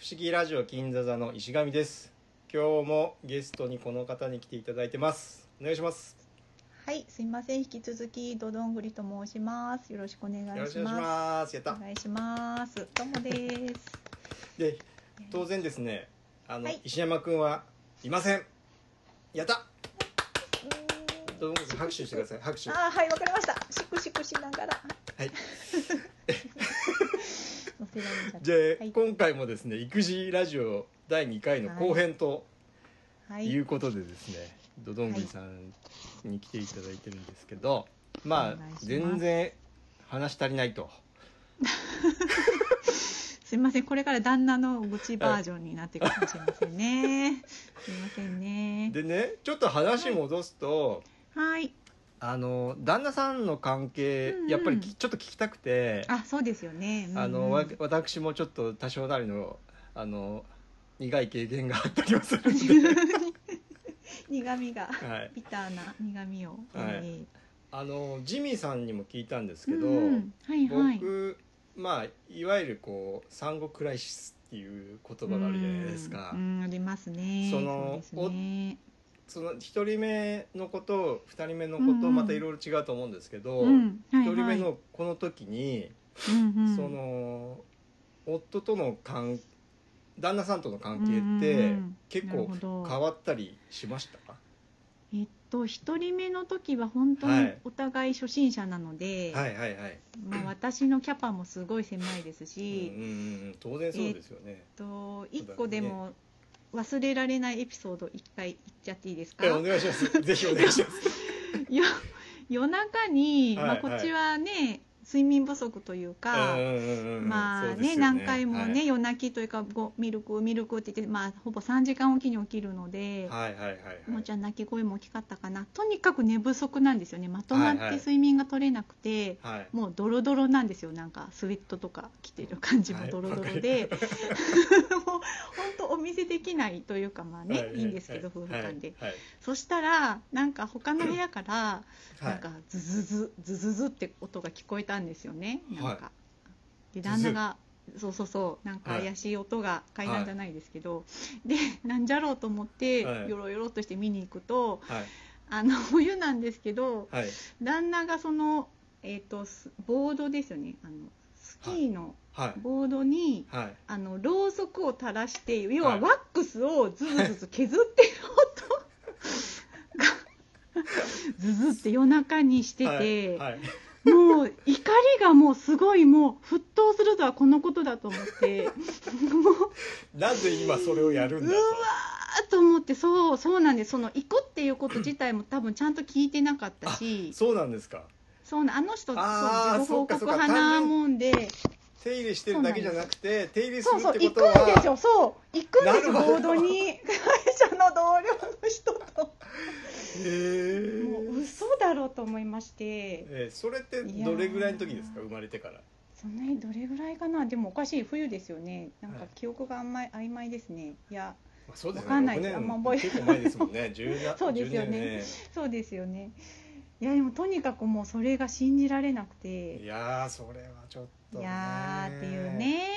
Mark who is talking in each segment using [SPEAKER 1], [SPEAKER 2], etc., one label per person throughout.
[SPEAKER 1] 思議ラジオ金座座の石上です今日もゲストにこの方に来ていただいてますお願いします
[SPEAKER 2] はい、すいません。引き続きどどんぐりと申します。よろしくお願いし
[SPEAKER 1] よ
[SPEAKER 2] ます。
[SPEAKER 1] ろしくお願いしますやっ
[SPEAKER 2] お
[SPEAKER 1] た
[SPEAKER 2] 願いします。どうも です。
[SPEAKER 1] で当然ですねあの、
[SPEAKER 2] はい
[SPEAKER 1] 石山くんはいませんやった
[SPEAKER 2] うーん
[SPEAKER 1] どうも拍手してください拍手は
[SPEAKER 2] あー、はい、わかりました。シクシクしながら。
[SPEAKER 1] い
[SPEAKER 2] 乗せられちゃった
[SPEAKER 1] で、
[SPEAKER 2] はい
[SPEAKER 1] 今回もですね育児ラジオ第2回の後編と
[SPEAKER 2] はいい。
[SPEAKER 1] うことでですね、どどんぐりさんに来ていただいてるんですけど、まあ
[SPEAKER 2] お願いします
[SPEAKER 1] 全然話足りないと
[SPEAKER 2] すいません。これから旦那の愚痴バージョンになっていくかもしれませ んね。すいませんね。
[SPEAKER 1] でねちょっと話戻すと、
[SPEAKER 2] はい。
[SPEAKER 1] あの旦那さんの関係、
[SPEAKER 2] うんうん
[SPEAKER 1] やっぱりきちょっと聞きたくてあ
[SPEAKER 2] あ、そうですよね。うんうん
[SPEAKER 1] の、わ私もちょっと多少なりのあの苦い経験があったりはするんで
[SPEAKER 2] 苦味が、
[SPEAKER 1] はい
[SPEAKER 2] ビターな苦味を。
[SPEAKER 1] はい
[SPEAKER 2] え
[SPEAKER 1] あのジミーさんにも聞いたんです
[SPEAKER 2] ー
[SPEAKER 1] けど、
[SPEAKER 2] うんうんはいはい。
[SPEAKER 1] 僕まあいわゆるこう産後クライシスっていう言葉があるじゃないですか。
[SPEAKER 2] うんうんありますね。
[SPEAKER 1] その
[SPEAKER 2] そうですね
[SPEAKER 1] その一人目のこと二人目のこ
[SPEAKER 2] うん
[SPEAKER 1] と
[SPEAKER 2] うん
[SPEAKER 1] またいろいろ違うと思うんですけど、一
[SPEAKER 2] うんはいはい
[SPEAKER 1] 人目のこの時に、
[SPEAKER 2] うんうん
[SPEAKER 1] その夫との関旦那さんとの関係って、
[SPEAKER 2] うんうん
[SPEAKER 1] 結
[SPEAKER 2] なる
[SPEAKER 1] 構
[SPEAKER 2] ほど
[SPEAKER 1] 変わったりしました
[SPEAKER 2] えっと一人目の時は本当
[SPEAKER 1] は
[SPEAKER 2] に
[SPEAKER 1] い
[SPEAKER 2] お互い初心者なので、
[SPEAKER 1] はいはいはい、
[SPEAKER 2] まあ、私のキャパもすごい狭いで
[SPEAKER 1] うんう
[SPEAKER 2] す
[SPEAKER 1] ん
[SPEAKER 2] し、
[SPEAKER 1] うん、当然そうですよね、
[SPEAKER 2] と1個でも忘れられないエピソード1回言っちゃっていいですか
[SPEAKER 1] えお願いしますぜひお願いします
[SPEAKER 2] よ 夜中に、
[SPEAKER 1] はい
[SPEAKER 2] まあ、こっちはね睡眠不足というか。
[SPEAKER 1] うんうんうんうん
[SPEAKER 2] まあ
[SPEAKER 1] そう
[SPEAKER 2] ね
[SPEAKER 1] ですよ
[SPEAKER 2] 何回もね、
[SPEAKER 1] はい
[SPEAKER 2] 夜泣きというかごミルクミルクって言って、まあ、ほぼ3時間おきに起きるので、
[SPEAKER 1] はいはいはいはい
[SPEAKER 2] もうちゃん泣き声も大きかったかなとにかく寝不足なんですよねまとまっ
[SPEAKER 1] はいは
[SPEAKER 2] て
[SPEAKER 1] い
[SPEAKER 2] 睡眠が取れなくて、
[SPEAKER 1] はい
[SPEAKER 2] もうドロドロなんですよなんかスウェットとか着てる感じ
[SPEAKER 1] は
[SPEAKER 2] も
[SPEAKER 1] い
[SPEAKER 2] ドロドロで、 もう本当お見せできないというかまあね、、
[SPEAKER 1] はい
[SPEAKER 2] いんですけど、夫婦間で、
[SPEAKER 1] はい
[SPEAKER 2] そしたらなんか他の部屋から、
[SPEAKER 1] はい
[SPEAKER 2] なんかズズズズズズって音が聞こえたんですよねなんか、
[SPEAKER 1] は
[SPEAKER 2] で
[SPEAKER 1] ズズ
[SPEAKER 2] 旦那がそうそうそうなんか
[SPEAKER 1] はい
[SPEAKER 2] 怪しい音が階段じゃないですけど、でなんじゃろうと思って、
[SPEAKER 1] はい
[SPEAKER 2] よろよろっとして見に行くと
[SPEAKER 1] はい
[SPEAKER 2] あの冬なんですけど
[SPEAKER 1] はい
[SPEAKER 2] 旦那がその、えー、とスボードですよねあのスキーの
[SPEAKER 1] はい
[SPEAKER 2] ボードに、
[SPEAKER 1] はい
[SPEAKER 2] あのろうそくを垂らして要は
[SPEAKER 1] はい
[SPEAKER 2] ワックスをズズズズ削ってる音が ズズって夜中にしてて、
[SPEAKER 1] はいはい
[SPEAKER 2] もう怒りがもうすごいもう沸騰するとはこのことだと思って。
[SPEAKER 1] なぜ今それをやるんだ
[SPEAKER 2] うわーと思ってそうそうなんですその行くっていうこと自体も多分ちゃんと聞いてなかった
[SPEAKER 1] と
[SPEAKER 2] し
[SPEAKER 1] そうなんですか
[SPEAKER 2] そうなあの人そう
[SPEAKER 1] あー
[SPEAKER 2] 自己報
[SPEAKER 1] そっかそ
[SPEAKER 2] 告
[SPEAKER 1] っか
[SPEAKER 2] 派なもんで
[SPEAKER 1] 手入れしてるだけじゃなくて手入れす
[SPEAKER 2] そ
[SPEAKER 1] る
[SPEAKER 2] う
[SPEAKER 1] っ
[SPEAKER 2] そう
[SPEAKER 1] て
[SPEAKER 2] 行
[SPEAKER 1] こと
[SPEAKER 2] く
[SPEAKER 1] は
[SPEAKER 2] んですよそう行くんですよ
[SPEAKER 1] なるほど
[SPEAKER 2] ボードに会社の同僚の人と
[SPEAKER 1] へ
[SPEAKER 2] もう嘘だろうと思いまして
[SPEAKER 1] えーそれってどれぐらいの時ですか生まれてから
[SPEAKER 2] そんなにどれぐらいかなでもおかしい冬ですよねなん
[SPEAKER 1] は
[SPEAKER 2] か
[SPEAKER 1] い
[SPEAKER 2] 記憶があんまり曖昧ですねいや
[SPEAKER 1] まあそうです
[SPEAKER 2] わかんない
[SPEAKER 1] 六
[SPEAKER 2] です
[SPEAKER 1] 年
[SPEAKER 2] あんま覚えて
[SPEAKER 1] 結構前ですもん ね10な
[SPEAKER 2] そうですよね
[SPEAKER 1] 10
[SPEAKER 2] そうですよねいやでもとにかくもうそれが信じられなく
[SPEAKER 1] 年
[SPEAKER 2] て
[SPEAKER 1] ねいやーそれはちょっと
[SPEAKER 2] い
[SPEAKER 1] ね
[SPEAKER 2] やーっていうね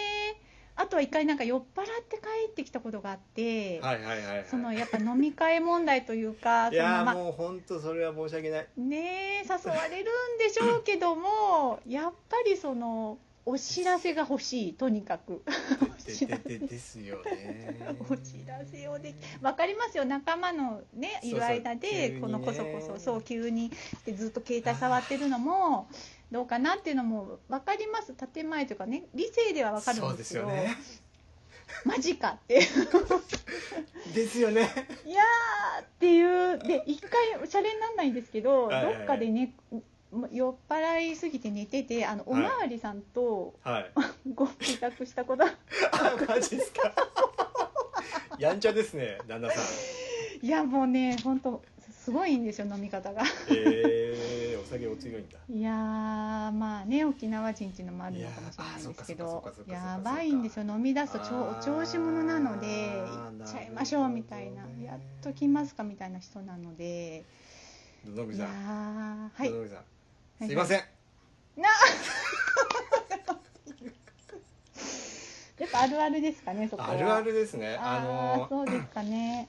[SPEAKER 2] あとは一回なんか酔っ払って帰ってきたことがあって、
[SPEAKER 1] はいはいはい、はい、
[SPEAKER 2] そのやっぱ飲み会問題というか
[SPEAKER 1] いや
[SPEAKER 2] その
[SPEAKER 1] ー
[SPEAKER 2] ま
[SPEAKER 1] もう本当それは申し訳ない
[SPEAKER 2] ねえ誘われるんでしょうけ どもやっぱりそのお知らせが欲しいとにかく
[SPEAKER 1] で
[SPEAKER 2] 知ら
[SPEAKER 1] ででですよね
[SPEAKER 2] お知らせをできわかりますよ仲間のねい
[SPEAKER 1] そう
[SPEAKER 2] る
[SPEAKER 1] そう
[SPEAKER 2] 間で
[SPEAKER 1] 急にね
[SPEAKER 2] このこそこそそう急にでずっと携帯触ってるの もどうかなっていうのも分かります建前というかね理性では分かる
[SPEAKER 1] そ
[SPEAKER 2] ん
[SPEAKER 1] う
[SPEAKER 2] で
[SPEAKER 1] ですす
[SPEAKER 2] けど
[SPEAKER 1] よね
[SPEAKER 2] マジかって
[SPEAKER 1] ですよね
[SPEAKER 2] いやーっていうで一回おしゃれにならないんですけど
[SPEAKER 1] はいはい
[SPEAKER 2] ど
[SPEAKER 1] はい
[SPEAKER 2] っかでね酔っ払いすぎて寝ててあのお
[SPEAKER 1] はい
[SPEAKER 2] まわりさんと
[SPEAKER 1] はい
[SPEAKER 2] ご帰宅したこと、
[SPEAKER 1] あマジですかやんちゃですね旦那さん
[SPEAKER 2] い、やもうね本当すごいんですよ飲み方が
[SPEAKER 1] えー、お酒お強いんだ
[SPEAKER 2] いやーまあね沖縄人っていうのもあるのかもしれ
[SPEAKER 1] いやーあ
[SPEAKER 2] ない
[SPEAKER 1] そ
[SPEAKER 2] ん
[SPEAKER 1] っ
[SPEAKER 2] で
[SPEAKER 1] か
[SPEAKER 2] すけ
[SPEAKER 1] そっ
[SPEAKER 2] ど
[SPEAKER 1] かそっかそっかそっか
[SPEAKER 2] やばいんですよ飲み出すとちょ
[SPEAKER 1] あー
[SPEAKER 2] お調子者なので
[SPEAKER 1] なるほど
[SPEAKER 2] 行
[SPEAKER 1] ね
[SPEAKER 2] っちゃいましょうみたいな、やっと来ますかみたいな人なので
[SPEAKER 1] 野々口
[SPEAKER 2] い
[SPEAKER 1] さ
[SPEAKER 2] や
[SPEAKER 1] ん
[SPEAKER 2] ーはい
[SPEAKER 1] 野々口さん
[SPEAKER 2] はい
[SPEAKER 1] すいません、
[SPEAKER 2] な やっぱあるあるですかねそこは
[SPEAKER 1] あるあるですねあ
[SPEAKER 2] あー
[SPEAKER 1] の
[SPEAKER 2] そうですかね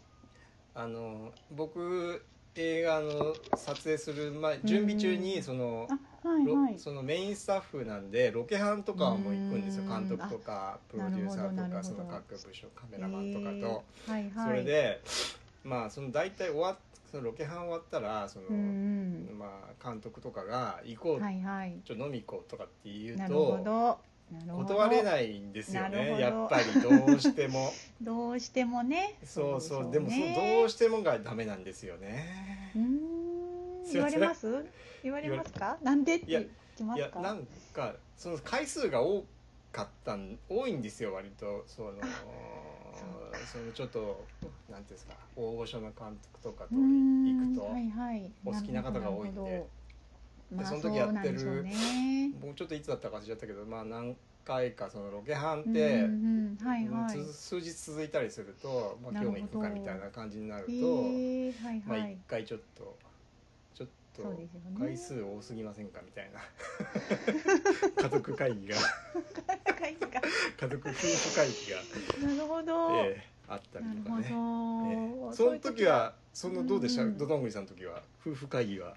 [SPEAKER 1] あの僕映画の撮影する前
[SPEAKER 2] ん
[SPEAKER 1] 準備中にその
[SPEAKER 2] あはい
[SPEAKER 1] ロ
[SPEAKER 2] はい
[SPEAKER 1] そのメインスタッフなんでロケハンとかも行くんですよ
[SPEAKER 2] う
[SPEAKER 1] 監
[SPEAKER 2] ん
[SPEAKER 1] 督とかプロデューサ
[SPEAKER 2] な
[SPEAKER 1] ーと
[SPEAKER 2] るほど
[SPEAKER 1] かその
[SPEAKER 2] なる
[SPEAKER 1] 各部署カメラマンとかと、
[SPEAKER 2] えーはいはい
[SPEAKER 1] それでまあその大体終わっそのロケハン終わったらその、
[SPEAKER 2] うん
[SPEAKER 1] まあ、監督とかが「行こ
[SPEAKER 2] う
[SPEAKER 1] う、
[SPEAKER 2] んはいはい
[SPEAKER 1] ちょっと飲み行こう」とかって言
[SPEAKER 2] な
[SPEAKER 1] う
[SPEAKER 2] るほ
[SPEAKER 1] と
[SPEAKER 2] どなるほど
[SPEAKER 1] 断れないんですよ
[SPEAKER 2] なるほ
[SPEAKER 1] ね
[SPEAKER 2] ど
[SPEAKER 1] やっぱりどうして も
[SPEAKER 2] どうしてもね
[SPEAKER 1] そうそうで
[SPEAKER 2] で
[SPEAKER 1] も
[SPEAKER 2] も
[SPEAKER 1] そのどうしてもがダメなんですよね
[SPEAKER 2] うーん
[SPEAKER 1] すい
[SPEAKER 2] 言
[SPEAKER 1] ま
[SPEAKER 2] わ
[SPEAKER 1] せん
[SPEAKER 2] れます言われますかなんでって
[SPEAKER 1] いや
[SPEAKER 2] 聞きま
[SPEAKER 1] い
[SPEAKER 2] す
[SPEAKER 1] や
[SPEAKER 2] か
[SPEAKER 1] なんかその回数が多かったん多いんですよ割とその
[SPEAKER 2] そう
[SPEAKER 1] そのちょっとなんていうんですか大御所の監督とかと
[SPEAKER 2] うー
[SPEAKER 1] 行
[SPEAKER 2] ん
[SPEAKER 1] くと、
[SPEAKER 2] はいはい
[SPEAKER 1] お好きな方が多いんで
[SPEAKER 2] なるほどなるほど
[SPEAKER 1] で
[SPEAKER 2] まあ
[SPEAKER 1] そ
[SPEAKER 2] そ
[SPEAKER 1] の時
[SPEAKER 2] う
[SPEAKER 1] や
[SPEAKER 2] な
[SPEAKER 1] っ
[SPEAKER 2] ん
[SPEAKER 1] て
[SPEAKER 2] で
[SPEAKER 1] る
[SPEAKER 2] しょうね
[SPEAKER 1] もうちょっといつだったか忘れちゃったけどまあ何回かそのロケハンっ
[SPEAKER 2] うん
[SPEAKER 1] て、
[SPEAKER 2] うんうんはいはい
[SPEAKER 1] うんつ数日続いたりすると、まあ、
[SPEAKER 2] なる
[SPEAKER 1] 今
[SPEAKER 2] ほ
[SPEAKER 1] 日
[SPEAKER 2] ど
[SPEAKER 1] も行くかみたいな感じになると、
[SPEAKER 2] えーはい
[SPEAKER 1] まあ
[SPEAKER 2] は
[SPEAKER 1] 一
[SPEAKER 2] い
[SPEAKER 1] 回ちょっとちょっと
[SPEAKER 2] そうですよね
[SPEAKER 1] 回 数多すぎませんかみたいな 家族会議が
[SPEAKER 2] 高いか
[SPEAKER 1] 家族夫婦会議が、
[SPEAKER 2] なるほど
[SPEAKER 1] ええあったり
[SPEAKER 2] な
[SPEAKER 1] とか
[SPEAKER 2] る
[SPEAKER 1] ね。ええ
[SPEAKER 2] ほど
[SPEAKER 1] その時はそのどうでした、
[SPEAKER 2] うん
[SPEAKER 1] ドドングリさんの時は夫婦会議は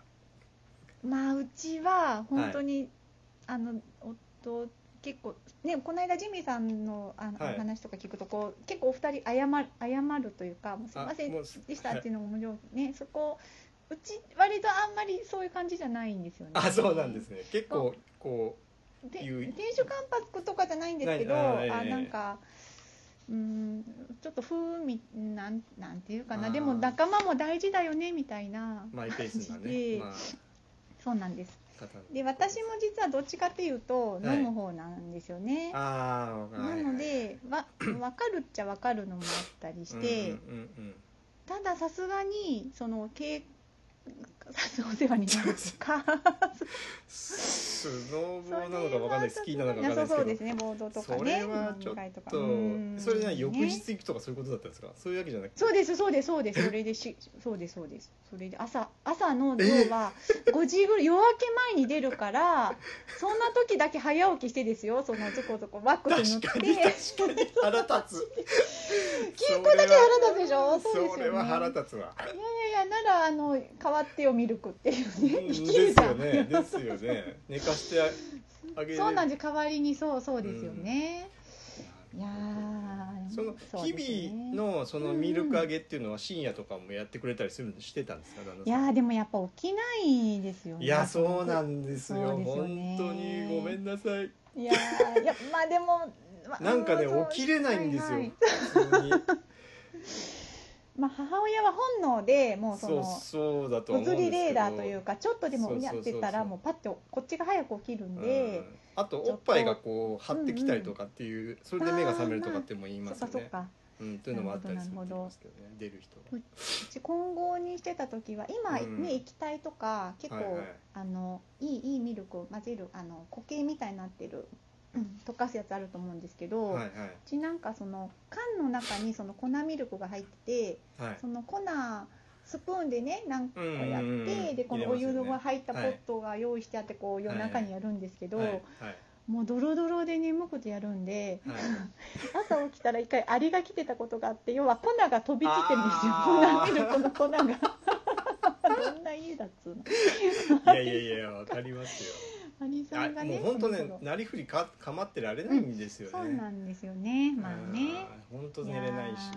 [SPEAKER 2] まあうちは本当に、あの夫結構ねこの間ジミーさんのあの、
[SPEAKER 1] はい
[SPEAKER 2] お話とか聞くとこう結構お二人謝る謝るというか「もうすいません
[SPEAKER 1] もう
[SPEAKER 2] ですした」
[SPEAKER 1] は
[SPEAKER 2] っ
[SPEAKER 1] い
[SPEAKER 2] ていうのも面白いねそこうち割とあんまりそういう感じじゃないんですよね。
[SPEAKER 1] あそうなんですね結構こ
[SPEAKER 2] で
[SPEAKER 1] 言う
[SPEAKER 2] 亭主関白とかじゃないんですけど
[SPEAKER 1] な
[SPEAKER 2] あ
[SPEAKER 1] いあーええ
[SPEAKER 2] なんかうんちょっと風味なんなんていうか
[SPEAKER 1] あ
[SPEAKER 2] な
[SPEAKER 1] ー
[SPEAKER 2] でも仲間も大事だよねみたいな
[SPEAKER 1] うマイペースな
[SPEAKER 2] え
[SPEAKER 1] ね、
[SPEAKER 2] え
[SPEAKER 1] まあ、
[SPEAKER 2] そうなんです
[SPEAKER 1] 方の
[SPEAKER 2] で私も実はどっちかっていうと
[SPEAKER 1] はい
[SPEAKER 2] 飲む方なんですよね、
[SPEAKER 1] ああ
[SPEAKER 2] なので、わ分かるっちゃ分かるのもあったりして、
[SPEAKER 1] うんうんうんうん
[SPEAKER 2] たださすがにその経さすお世話になると か
[SPEAKER 1] スノーボーなのかわかんないスキーなのかわかんない
[SPEAKER 2] そう
[SPEAKER 1] ですけど
[SPEAKER 2] そうですねボードとかね
[SPEAKER 1] それはちょっ
[SPEAKER 2] 飲み会とか
[SPEAKER 1] と
[SPEAKER 2] うん
[SPEAKER 1] それじゃ翌
[SPEAKER 2] ね
[SPEAKER 1] 日行くとかそういうことだったんですかそういうわけじゃなくて
[SPEAKER 2] そうですそうですそうですそれでしそうですそうですそれで朝朝の要は5時ぐらい夜明け前に出るからそんな時だけ早起きしてですよそのちょこちょこワックス塗っ
[SPEAKER 1] 確
[SPEAKER 2] て
[SPEAKER 1] かに確かに腹立つ
[SPEAKER 2] 結構だけ腹立つでしょそうですよね
[SPEAKER 1] それは腹立つわ
[SPEAKER 2] いやいやいやならあの変わってよミルクっていうね
[SPEAKER 1] で
[SPEAKER 2] できる
[SPEAKER 1] す
[SPEAKER 2] じゃ
[SPEAKER 1] よ
[SPEAKER 2] ん、
[SPEAKER 1] ねですよね寝かしてあげる
[SPEAKER 2] そうなんです代わりにそうそうですよね、いやー
[SPEAKER 1] その
[SPEAKER 2] そうですね
[SPEAKER 1] 日々のそのミルクあげっていうのは深夜とかもやってくれたりするしてたんですか旦那
[SPEAKER 2] いや
[SPEAKER 1] さ
[SPEAKER 2] ー
[SPEAKER 1] ん
[SPEAKER 2] でもやっぱ起きないですよね
[SPEAKER 1] いやそうなんですよ
[SPEAKER 2] そうですよ
[SPEAKER 1] 本
[SPEAKER 2] ね
[SPEAKER 1] 当にごめんなさい
[SPEAKER 2] いやーいやまあでもまあ
[SPEAKER 1] なんかね
[SPEAKER 2] そう
[SPEAKER 1] 起きれないんですよ
[SPEAKER 2] はいはい
[SPEAKER 1] 普通に
[SPEAKER 2] まあ、母親は本能でもうそ
[SPEAKER 1] そう
[SPEAKER 2] の
[SPEAKER 1] そうだとは思うんですけ
[SPEAKER 2] 物理
[SPEAKER 1] ど
[SPEAKER 2] レーダーというかちょっとで
[SPEAKER 1] そ
[SPEAKER 2] も
[SPEAKER 1] う
[SPEAKER 2] う
[SPEAKER 1] そう
[SPEAKER 2] や
[SPEAKER 1] そうそう
[SPEAKER 2] ってたらもうパッとこっちが早く起きるん
[SPEAKER 1] う
[SPEAKER 2] で
[SPEAKER 1] ん、あとおっぱいがこう張ってきたりとかっていう、それで目が覚めるとかっても言い
[SPEAKER 2] そ
[SPEAKER 1] ま
[SPEAKER 2] っ
[SPEAKER 1] す
[SPEAKER 2] か
[SPEAKER 1] よ
[SPEAKER 2] そっ
[SPEAKER 1] ね。
[SPEAKER 2] か
[SPEAKER 1] うん、というのもあったりするって
[SPEAKER 2] なるほど
[SPEAKER 1] 言いますけどね出る人は。
[SPEAKER 2] うち混合にしてた時は今ね、
[SPEAKER 1] うん
[SPEAKER 2] 液体とか結構、
[SPEAKER 1] はい
[SPEAKER 2] い
[SPEAKER 1] はい
[SPEAKER 2] あのいいいいミルクを混ぜるあの固形みたいになってる、うん溶かすやつあると思うんですけど、
[SPEAKER 1] はいは
[SPEAKER 2] うちなんかその缶の中にその粉ミルクが入ってて
[SPEAKER 1] いはい
[SPEAKER 2] その粉スプーンでね何個やって、
[SPEAKER 1] うんうんうん
[SPEAKER 2] でこのお
[SPEAKER 1] 入れますよ
[SPEAKER 2] 湯
[SPEAKER 1] ね
[SPEAKER 2] が入ったポットが用意してあってこう夜中にやるんですけど、
[SPEAKER 1] はいはい
[SPEAKER 2] もうドロドロで眠くてやる んで
[SPEAKER 1] はい。
[SPEAKER 2] 朝起きたら一回アリが来てたことがあって要は粉が飛び散ってるんですよ
[SPEAKER 1] あー
[SPEAKER 2] 粉ミルクの粉が どんな家だっつうの
[SPEAKER 1] いやいやいやわかりますよ。
[SPEAKER 2] アリさ
[SPEAKER 1] あ
[SPEAKER 2] んがね
[SPEAKER 1] もう本当
[SPEAKER 2] そ
[SPEAKER 1] ね
[SPEAKER 2] の頃
[SPEAKER 1] なりふりか構ってられないんですよね。
[SPEAKER 2] そうなんですよねまあね
[SPEAKER 1] うん。本当寝れないし。
[SPEAKER 2] や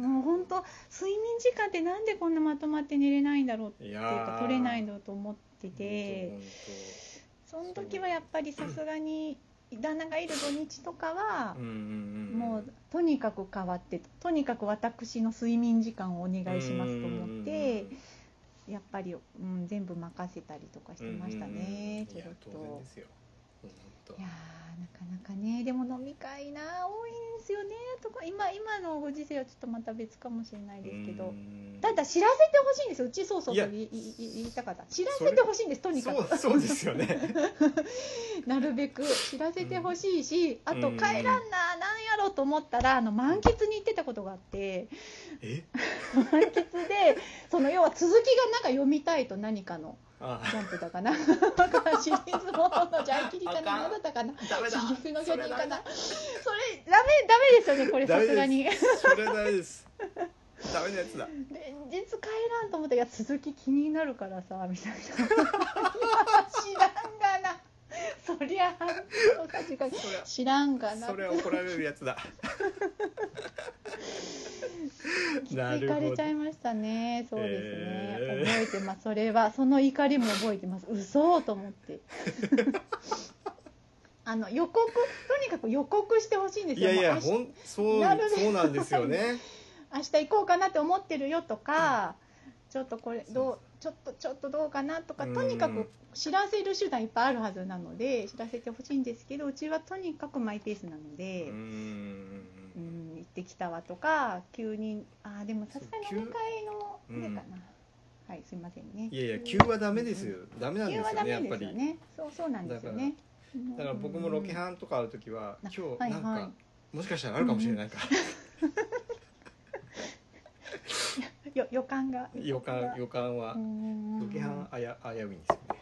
[SPEAKER 2] ーもう本当睡眠時間ってなんでこんなまとまって寝れないんだろうって
[SPEAKER 1] い
[SPEAKER 2] いうか
[SPEAKER 1] や
[SPEAKER 2] 取れない
[SPEAKER 1] の
[SPEAKER 2] のと思って
[SPEAKER 1] で
[SPEAKER 2] て。その時はやっぱりさすがに旦那がいる土日とかは
[SPEAKER 1] うんう、んうんん。
[SPEAKER 2] もうとにかく変わってとにかく私の睡眠時間をお願いしますと思ってやっぱり、うん、全部任せたりとかして
[SPEAKER 1] うんうんうん。
[SPEAKER 2] ましたね
[SPEAKER 1] い
[SPEAKER 2] ちょ
[SPEAKER 1] や
[SPEAKER 2] っ
[SPEAKER 1] 当然
[SPEAKER 2] と
[SPEAKER 1] で。すよ。うん本
[SPEAKER 2] いやーなかなかねでも飲み会な多いんですよねとか今今のご時世はちょっとまた別かもしれない
[SPEAKER 1] 当
[SPEAKER 2] ですけ
[SPEAKER 1] う
[SPEAKER 2] ど
[SPEAKER 1] ん
[SPEAKER 2] ただ知らせてほしいんですようちそうそう
[SPEAKER 1] いや
[SPEAKER 2] そう言い言い言いたかった知らせてほしいんですとにかく
[SPEAKER 1] そうそうですよね。
[SPEAKER 2] なるべく知らせてほしいし、
[SPEAKER 1] うん
[SPEAKER 2] あと
[SPEAKER 1] うん
[SPEAKER 2] 帰らんな、なんやろと思ったらあの満喫に行ってたことがあって
[SPEAKER 1] え
[SPEAKER 2] 満喫でその要は続きがなんか読みたいと何かの
[SPEAKER 1] ああ
[SPEAKER 2] ジャンプだかなわからんシリーズもののジャンキリか
[SPEAKER 1] あか
[SPEAKER 2] なん何だったかな
[SPEAKER 1] ダメだ
[SPEAKER 2] シリーズの
[SPEAKER 1] そ
[SPEAKER 2] 巨
[SPEAKER 1] れダ
[SPEAKER 2] 人か
[SPEAKER 1] メ
[SPEAKER 2] な
[SPEAKER 1] だ
[SPEAKER 2] それダメダメですよねこれ
[SPEAKER 1] ダメ
[SPEAKER 2] さ
[SPEAKER 1] です
[SPEAKER 2] すがにで
[SPEAKER 1] それダメですダメなやつだ
[SPEAKER 2] 連日帰らんと思ったけど続き気になるからさみ たいないや知らんがなそりゃ確かに
[SPEAKER 1] そりゃ
[SPEAKER 2] 知らんがな
[SPEAKER 1] それは怒られるや つだな
[SPEAKER 2] 行
[SPEAKER 1] る
[SPEAKER 2] か
[SPEAKER 1] ほ
[SPEAKER 2] れち
[SPEAKER 1] ど
[SPEAKER 2] ゃいましたね。そうですね。
[SPEAKER 1] えー
[SPEAKER 2] 覚えてます。それはその怒りも覚えてます。嘘と 思って。あの予告とにかく予告してほしいんで
[SPEAKER 1] い
[SPEAKER 2] すよ。
[SPEAKER 1] やいや
[SPEAKER 2] もう
[SPEAKER 1] ほんそう
[SPEAKER 2] なるべく
[SPEAKER 1] そうなんですよ ね
[SPEAKER 2] 明日明日行こうかなって思ってるよとか、ちょっとこれどうちょっとちょっとどうかなとか、
[SPEAKER 1] うん
[SPEAKER 2] とにかく知らせる手段いっぱいあるはずなので知らせてほしいんですけど、うちはとにかくマイペースなの
[SPEAKER 1] う
[SPEAKER 2] で。
[SPEAKER 1] ん
[SPEAKER 2] うん、行ってきたわとか急にあーでもさすがに
[SPEAKER 1] そう急
[SPEAKER 2] 飲み会の
[SPEAKER 1] う
[SPEAKER 2] あ
[SPEAKER 1] ん
[SPEAKER 2] れかな、はいすいませんね
[SPEAKER 1] いやいや急はダメですよダメなんで
[SPEAKER 2] 急
[SPEAKER 1] す
[SPEAKER 2] は
[SPEAKER 1] よ
[SPEAKER 2] ダ
[SPEAKER 1] ねや
[SPEAKER 2] メ
[SPEAKER 1] っぱ
[SPEAKER 2] ですよ
[SPEAKER 1] り
[SPEAKER 2] ねそうそうなんですよね
[SPEAKER 1] だから僕もロケハンとかある時は
[SPEAKER 2] うん
[SPEAKER 1] 今
[SPEAKER 2] は
[SPEAKER 1] 日
[SPEAKER 2] い
[SPEAKER 1] なん
[SPEAKER 2] はい
[SPEAKER 1] かもしかしたらあるかもしれないから
[SPEAKER 2] ンよ予感が
[SPEAKER 1] 予感予感はロ
[SPEAKER 2] ロ
[SPEAKER 1] ケハンあや危ういんですよね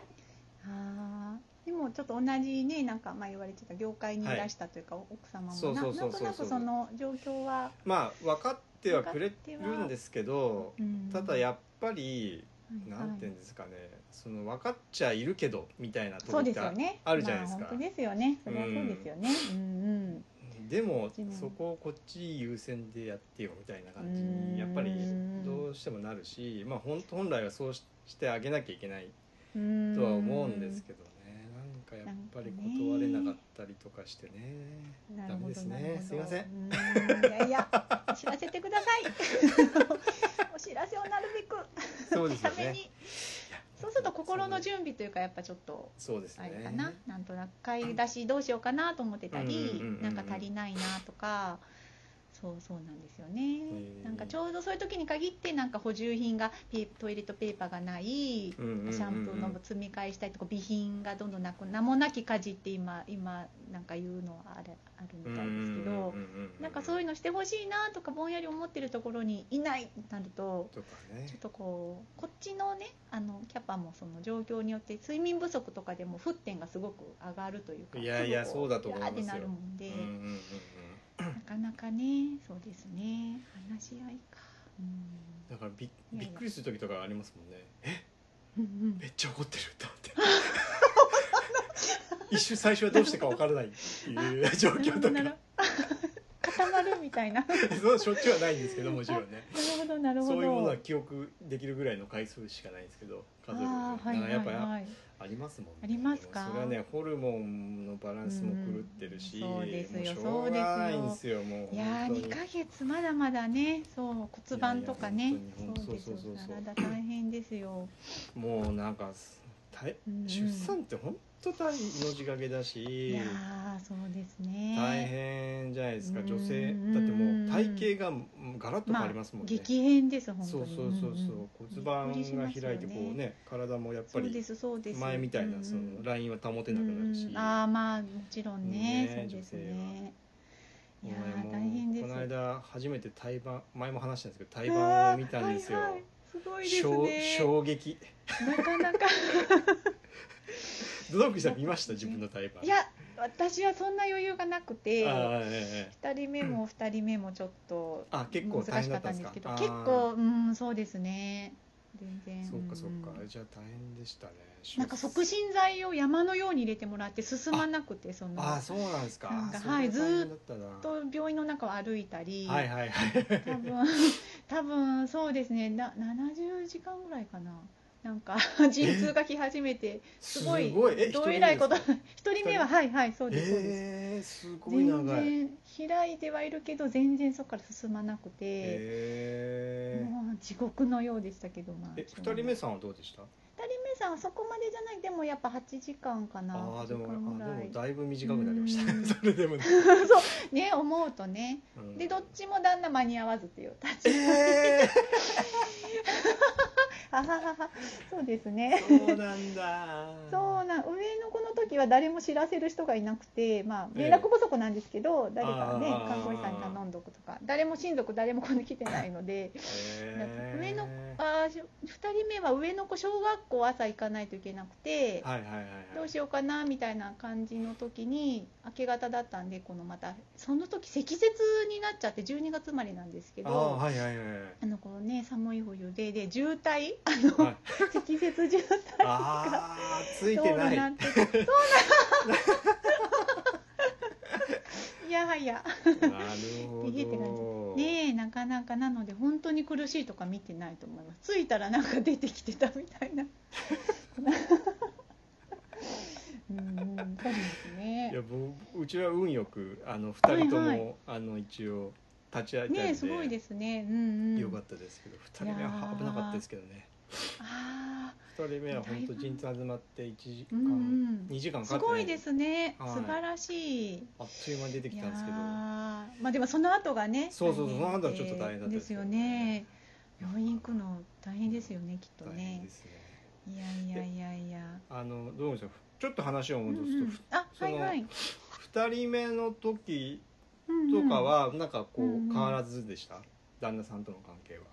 [SPEAKER 2] あーでもちょっと同じねなんかまあ言われてた業界にいらしたというか、奥様
[SPEAKER 1] そう
[SPEAKER 2] もな
[SPEAKER 1] そう
[SPEAKER 2] な
[SPEAKER 1] そ
[SPEAKER 2] ん
[SPEAKER 1] うそ
[SPEAKER 2] と
[SPEAKER 1] う
[SPEAKER 2] なくその状況は、
[SPEAKER 1] まあ分かってはくれるんですけど
[SPEAKER 2] うん
[SPEAKER 1] ただやっぱり
[SPEAKER 2] はい
[SPEAKER 1] なんていう
[SPEAKER 2] は
[SPEAKER 1] ん
[SPEAKER 2] い
[SPEAKER 1] ですかねその分かっちゃいるけどみたいなと
[SPEAKER 2] そう
[SPEAKER 1] こ
[SPEAKER 2] で
[SPEAKER 1] ろ
[SPEAKER 2] すよ
[SPEAKER 1] が
[SPEAKER 2] ね
[SPEAKER 1] あるじゃないです
[SPEAKER 2] まあ
[SPEAKER 1] か
[SPEAKER 2] 本当ですよねそれはそうですよねうんうん
[SPEAKER 1] でも
[SPEAKER 2] でも
[SPEAKER 1] そこをこっち優先でやってよみたいな感じにやっぱり
[SPEAKER 2] うん
[SPEAKER 1] どうしてもなるしまあ本本来はそうししてあげなきゃいけない
[SPEAKER 2] うん
[SPEAKER 1] とは思うんですけどねなんかやっぱり断れなかったりとかしてね
[SPEAKER 2] なる
[SPEAKER 1] ダメ
[SPEAKER 2] ほ
[SPEAKER 1] です
[SPEAKER 2] ど
[SPEAKER 1] ねすいません。
[SPEAKER 2] なるほどうーんいやいや、知らせてくださ い。お知らせをなるべく
[SPEAKER 1] そうですよ
[SPEAKER 2] ため
[SPEAKER 1] ね
[SPEAKER 2] に。そうすると心の準備というかやっぱちょっと
[SPEAKER 1] そうです
[SPEAKER 2] あれ
[SPEAKER 1] ね
[SPEAKER 2] かな、なんとなく買い出しどうしようかなと思ってた
[SPEAKER 1] うんうんうん
[SPEAKER 2] り
[SPEAKER 1] う、ん
[SPEAKER 2] なんか足りないなとか。そうそうなんですよね
[SPEAKER 1] ー。
[SPEAKER 2] なんかちょうどそういう時に限ってなんか補充品がペトイレットペーパーがない。
[SPEAKER 1] うんうんうんうん
[SPEAKER 2] シャンプーの積み替えしたりとか備品がどんどんなく名もなき家事って今今なんか言うのはあれあるみたいですけど
[SPEAKER 1] うんうんうんうん
[SPEAKER 2] なんかそういうのしてほしいなとかぼんやり思ってるところにいないってなると
[SPEAKER 1] とかね
[SPEAKER 2] ちょっとこうこっちのねあのキャパもその状況によって睡眠不足とかでも沸点がすごく上がるというか
[SPEAKER 1] いやいや
[SPEAKER 2] すご
[SPEAKER 1] そ
[SPEAKER 2] く
[SPEAKER 1] うだと思いますよ
[SPEAKER 2] ガーってなるもんで、
[SPEAKER 1] うんうんうんうん
[SPEAKER 2] なかなかねそうですね話し合いか。
[SPEAKER 1] だからび
[SPEAKER 2] いやい
[SPEAKER 1] び
[SPEAKER 2] や
[SPEAKER 1] っくりする時とかありますもんねえ
[SPEAKER 2] うんうんうん
[SPEAKER 1] めっちゃ怒ってる と思って一瞬最初はどうしてか分からないっていう 状況と
[SPEAKER 2] なる
[SPEAKER 1] か
[SPEAKER 2] ほどなるほど固まるみたいな。
[SPEAKER 1] そうしょっちゅうはないんですけどもちろんね
[SPEAKER 2] なるほどなるほど。
[SPEAKER 1] そういうものは記憶できるぐらいの回数しかないんですけど数える
[SPEAKER 2] あ
[SPEAKER 1] だ
[SPEAKER 2] あーは
[SPEAKER 1] か
[SPEAKER 2] い
[SPEAKER 1] ら
[SPEAKER 2] はい
[SPEAKER 1] やっぱ
[SPEAKER 2] はい。
[SPEAKER 1] ありますもんね
[SPEAKER 2] ありますか
[SPEAKER 1] でもそれはねホルモンのバランスも狂ってるし、
[SPEAKER 2] うんそうですよ
[SPEAKER 1] もうしょうがないんですよもう
[SPEAKER 2] いやー
[SPEAKER 1] 本当
[SPEAKER 2] 2
[SPEAKER 1] に
[SPEAKER 2] ヶ月まだまだねそう骨盤とか
[SPEAKER 1] い
[SPEAKER 2] ね
[SPEAKER 1] やいや本当に
[SPEAKER 2] そうですよ
[SPEAKER 1] そうそうそう
[SPEAKER 2] 体大変ですよ、
[SPEAKER 1] もうなんか大
[SPEAKER 2] うんうん
[SPEAKER 1] 出産って本当大命がけだ
[SPEAKER 2] い
[SPEAKER 1] し
[SPEAKER 2] やーそうですね
[SPEAKER 1] 大変じゃないですか
[SPEAKER 2] うん
[SPEAKER 1] 女性だってもう体型がガラッと変わりますもんね、
[SPEAKER 2] 激変です本当
[SPEAKER 1] そう
[SPEAKER 2] に
[SPEAKER 1] そうそうそう骨盤が開いてこうね体もやっぱ
[SPEAKER 2] そうで
[SPEAKER 1] り
[SPEAKER 2] すそうです
[SPEAKER 1] 前みたいなそ
[SPEAKER 2] うんう
[SPEAKER 1] の
[SPEAKER 2] ん
[SPEAKER 1] ラインは保てなくなるし、
[SPEAKER 2] うんああまあもちろんね
[SPEAKER 1] ね
[SPEAKER 2] そうです
[SPEAKER 1] 女
[SPEAKER 2] ねいや
[SPEAKER 1] 俺も
[SPEAKER 2] ー大変です
[SPEAKER 1] この間初めて胎盤前も話したんですけど胎盤を見たんですよ、
[SPEAKER 2] あーはいはいすごいです
[SPEAKER 1] 衝
[SPEAKER 2] ね
[SPEAKER 1] 衝撃
[SPEAKER 2] なかなか
[SPEAKER 1] ドドクさん見ました自分の胎盤
[SPEAKER 2] いや私はそんな余裕がなくて
[SPEAKER 1] あー、ええええ
[SPEAKER 2] 2人目も2人目もちょっと
[SPEAKER 1] あ結構大
[SPEAKER 2] 難し
[SPEAKER 1] 変
[SPEAKER 2] か
[SPEAKER 1] だ
[SPEAKER 2] っ
[SPEAKER 1] ったん
[SPEAKER 2] た
[SPEAKER 1] で
[SPEAKER 2] んで
[SPEAKER 1] か
[SPEAKER 2] すすけど
[SPEAKER 1] あー
[SPEAKER 2] 結構うんそうですね全然
[SPEAKER 1] そうかそうかあ
[SPEAKER 2] ん
[SPEAKER 1] れじゃあ大変でしたね
[SPEAKER 2] なんか促進剤を山のように入れてもらって進まなくてその
[SPEAKER 1] ああそうなんですか
[SPEAKER 2] なんか
[SPEAKER 1] あーそれ
[SPEAKER 2] はい
[SPEAKER 1] 大変だったな
[SPEAKER 2] と病院の中を歩いたり、
[SPEAKER 1] はいはいはい
[SPEAKER 2] 多分多分そうですねな70時間ぐらいかななんか陣痛がき始めて すごい
[SPEAKER 1] え
[SPEAKER 2] どうえらいこと
[SPEAKER 1] 一人
[SPEAKER 2] 一人目ははいはいそう
[SPEAKER 1] 目で
[SPEAKER 2] ですそうです、
[SPEAKER 1] すかえーすごい
[SPEAKER 2] 全
[SPEAKER 1] 長いへ
[SPEAKER 2] 然開いてはいるけど全然そこから進まなくて、
[SPEAKER 1] え
[SPEAKER 2] もう地獄のようでしたけどまあ
[SPEAKER 1] え
[SPEAKER 2] ちょうど
[SPEAKER 1] 二人目さんはどうでした
[SPEAKER 2] 二人目さんはそこまでじゃないでもやっぱ8時間かな
[SPEAKER 1] ああ
[SPEAKER 2] 8
[SPEAKER 1] で
[SPEAKER 2] 時
[SPEAKER 1] も
[SPEAKER 2] 間ぐ
[SPEAKER 1] あ
[SPEAKER 2] ら
[SPEAKER 1] で
[SPEAKER 2] い
[SPEAKER 1] もだいぶ短くなりました
[SPEAKER 2] う
[SPEAKER 1] ね
[SPEAKER 2] ん
[SPEAKER 1] それでもね
[SPEAKER 2] ね思うとね
[SPEAKER 1] うん
[SPEAKER 2] でどっちも旦那間に合わずっていう立ち
[SPEAKER 1] え
[SPEAKER 2] あはははそうですね
[SPEAKER 1] そうなんだ
[SPEAKER 2] そうなん上の子の時は誰も知らせる人がいなくてまあ
[SPEAKER 1] ええ
[SPEAKER 2] 連絡不足なんですけど、誰かね
[SPEAKER 1] あー
[SPEAKER 2] 看護師さんに頼んどくとか誰も親族誰もこの来てないので
[SPEAKER 1] へー
[SPEAKER 2] 上のあーし2人目は上の子小学校朝行かないといけなくて、
[SPEAKER 1] はいはいはいはい
[SPEAKER 2] どうしようかなみたいな感じの時に明け方だったんでこのまたその時積雪になっちゃって12月生まれなんですけ
[SPEAKER 1] ああ
[SPEAKER 2] ど。
[SPEAKER 1] はいはいはいはい
[SPEAKER 2] あのこうね寒い冬でで渋 滞
[SPEAKER 1] はい
[SPEAKER 2] 積雪渋滞
[SPEAKER 1] ああついてない
[SPEAKER 2] そうなんてそうなん いやはや
[SPEAKER 1] なるほど
[SPEAKER 2] 逃げてないねえなかなかなので本当に苦しいとか見てないと思います着いたらなんか出てきてたみたいなうんうんそうです
[SPEAKER 1] い
[SPEAKER 2] ね
[SPEAKER 1] や僕うちは運よくあの2人とも、
[SPEAKER 2] はいはい
[SPEAKER 1] あの一応立ち会えたんで
[SPEAKER 2] ねえすごいですねうんうん
[SPEAKER 1] よかったですけど2人目
[SPEAKER 2] いや
[SPEAKER 1] は
[SPEAKER 2] ー
[SPEAKER 1] 危なかったですけどね
[SPEAKER 2] あ
[SPEAKER 1] 2人目は本当
[SPEAKER 2] だいぶ
[SPEAKER 1] 陣痛始まって1時
[SPEAKER 2] あう
[SPEAKER 1] 間、
[SPEAKER 2] んうん
[SPEAKER 1] 2時間かか
[SPEAKER 2] す
[SPEAKER 1] って、
[SPEAKER 2] ごいですね、
[SPEAKER 1] はい
[SPEAKER 2] 素晴らしい
[SPEAKER 1] あっという間に出てきたんですけど
[SPEAKER 2] いやーまあでもその後がね
[SPEAKER 1] そうそうそう
[SPEAKER 2] 大変
[SPEAKER 1] その後はちょっと大変だったん
[SPEAKER 2] で
[SPEAKER 1] ですすけ
[SPEAKER 2] よ
[SPEAKER 1] ど
[SPEAKER 2] ね病院行くの大変ですよねきっと
[SPEAKER 1] 大変
[SPEAKER 2] ね
[SPEAKER 1] ですね
[SPEAKER 2] いやいやいやいや
[SPEAKER 1] あのどうでしょうちょっと話を
[SPEAKER 2] うん
[SPEAKER 1] 戻
[SPEAKER 2] う
[SPEAKER 1] す
[SPEAKER 2] ん
[SPEAKER 1] と、
[SPEAKER 2] あ
[SPEAKER 1] そ
[SPEAKER 2] は
[SPEAKER 1] の
[SPEAKER 2] いはい
[SPEAKER 1] 二2人目の時
[SPEAKER 2] うんう
[SPEAKER 1] と
[SPEAKER 2] ん
[SPEAKER 1] かはなんかこう
[SPEAKER 2] うんうん
[SPEAKER 1] 変わらずでした、旦那さんとの関係は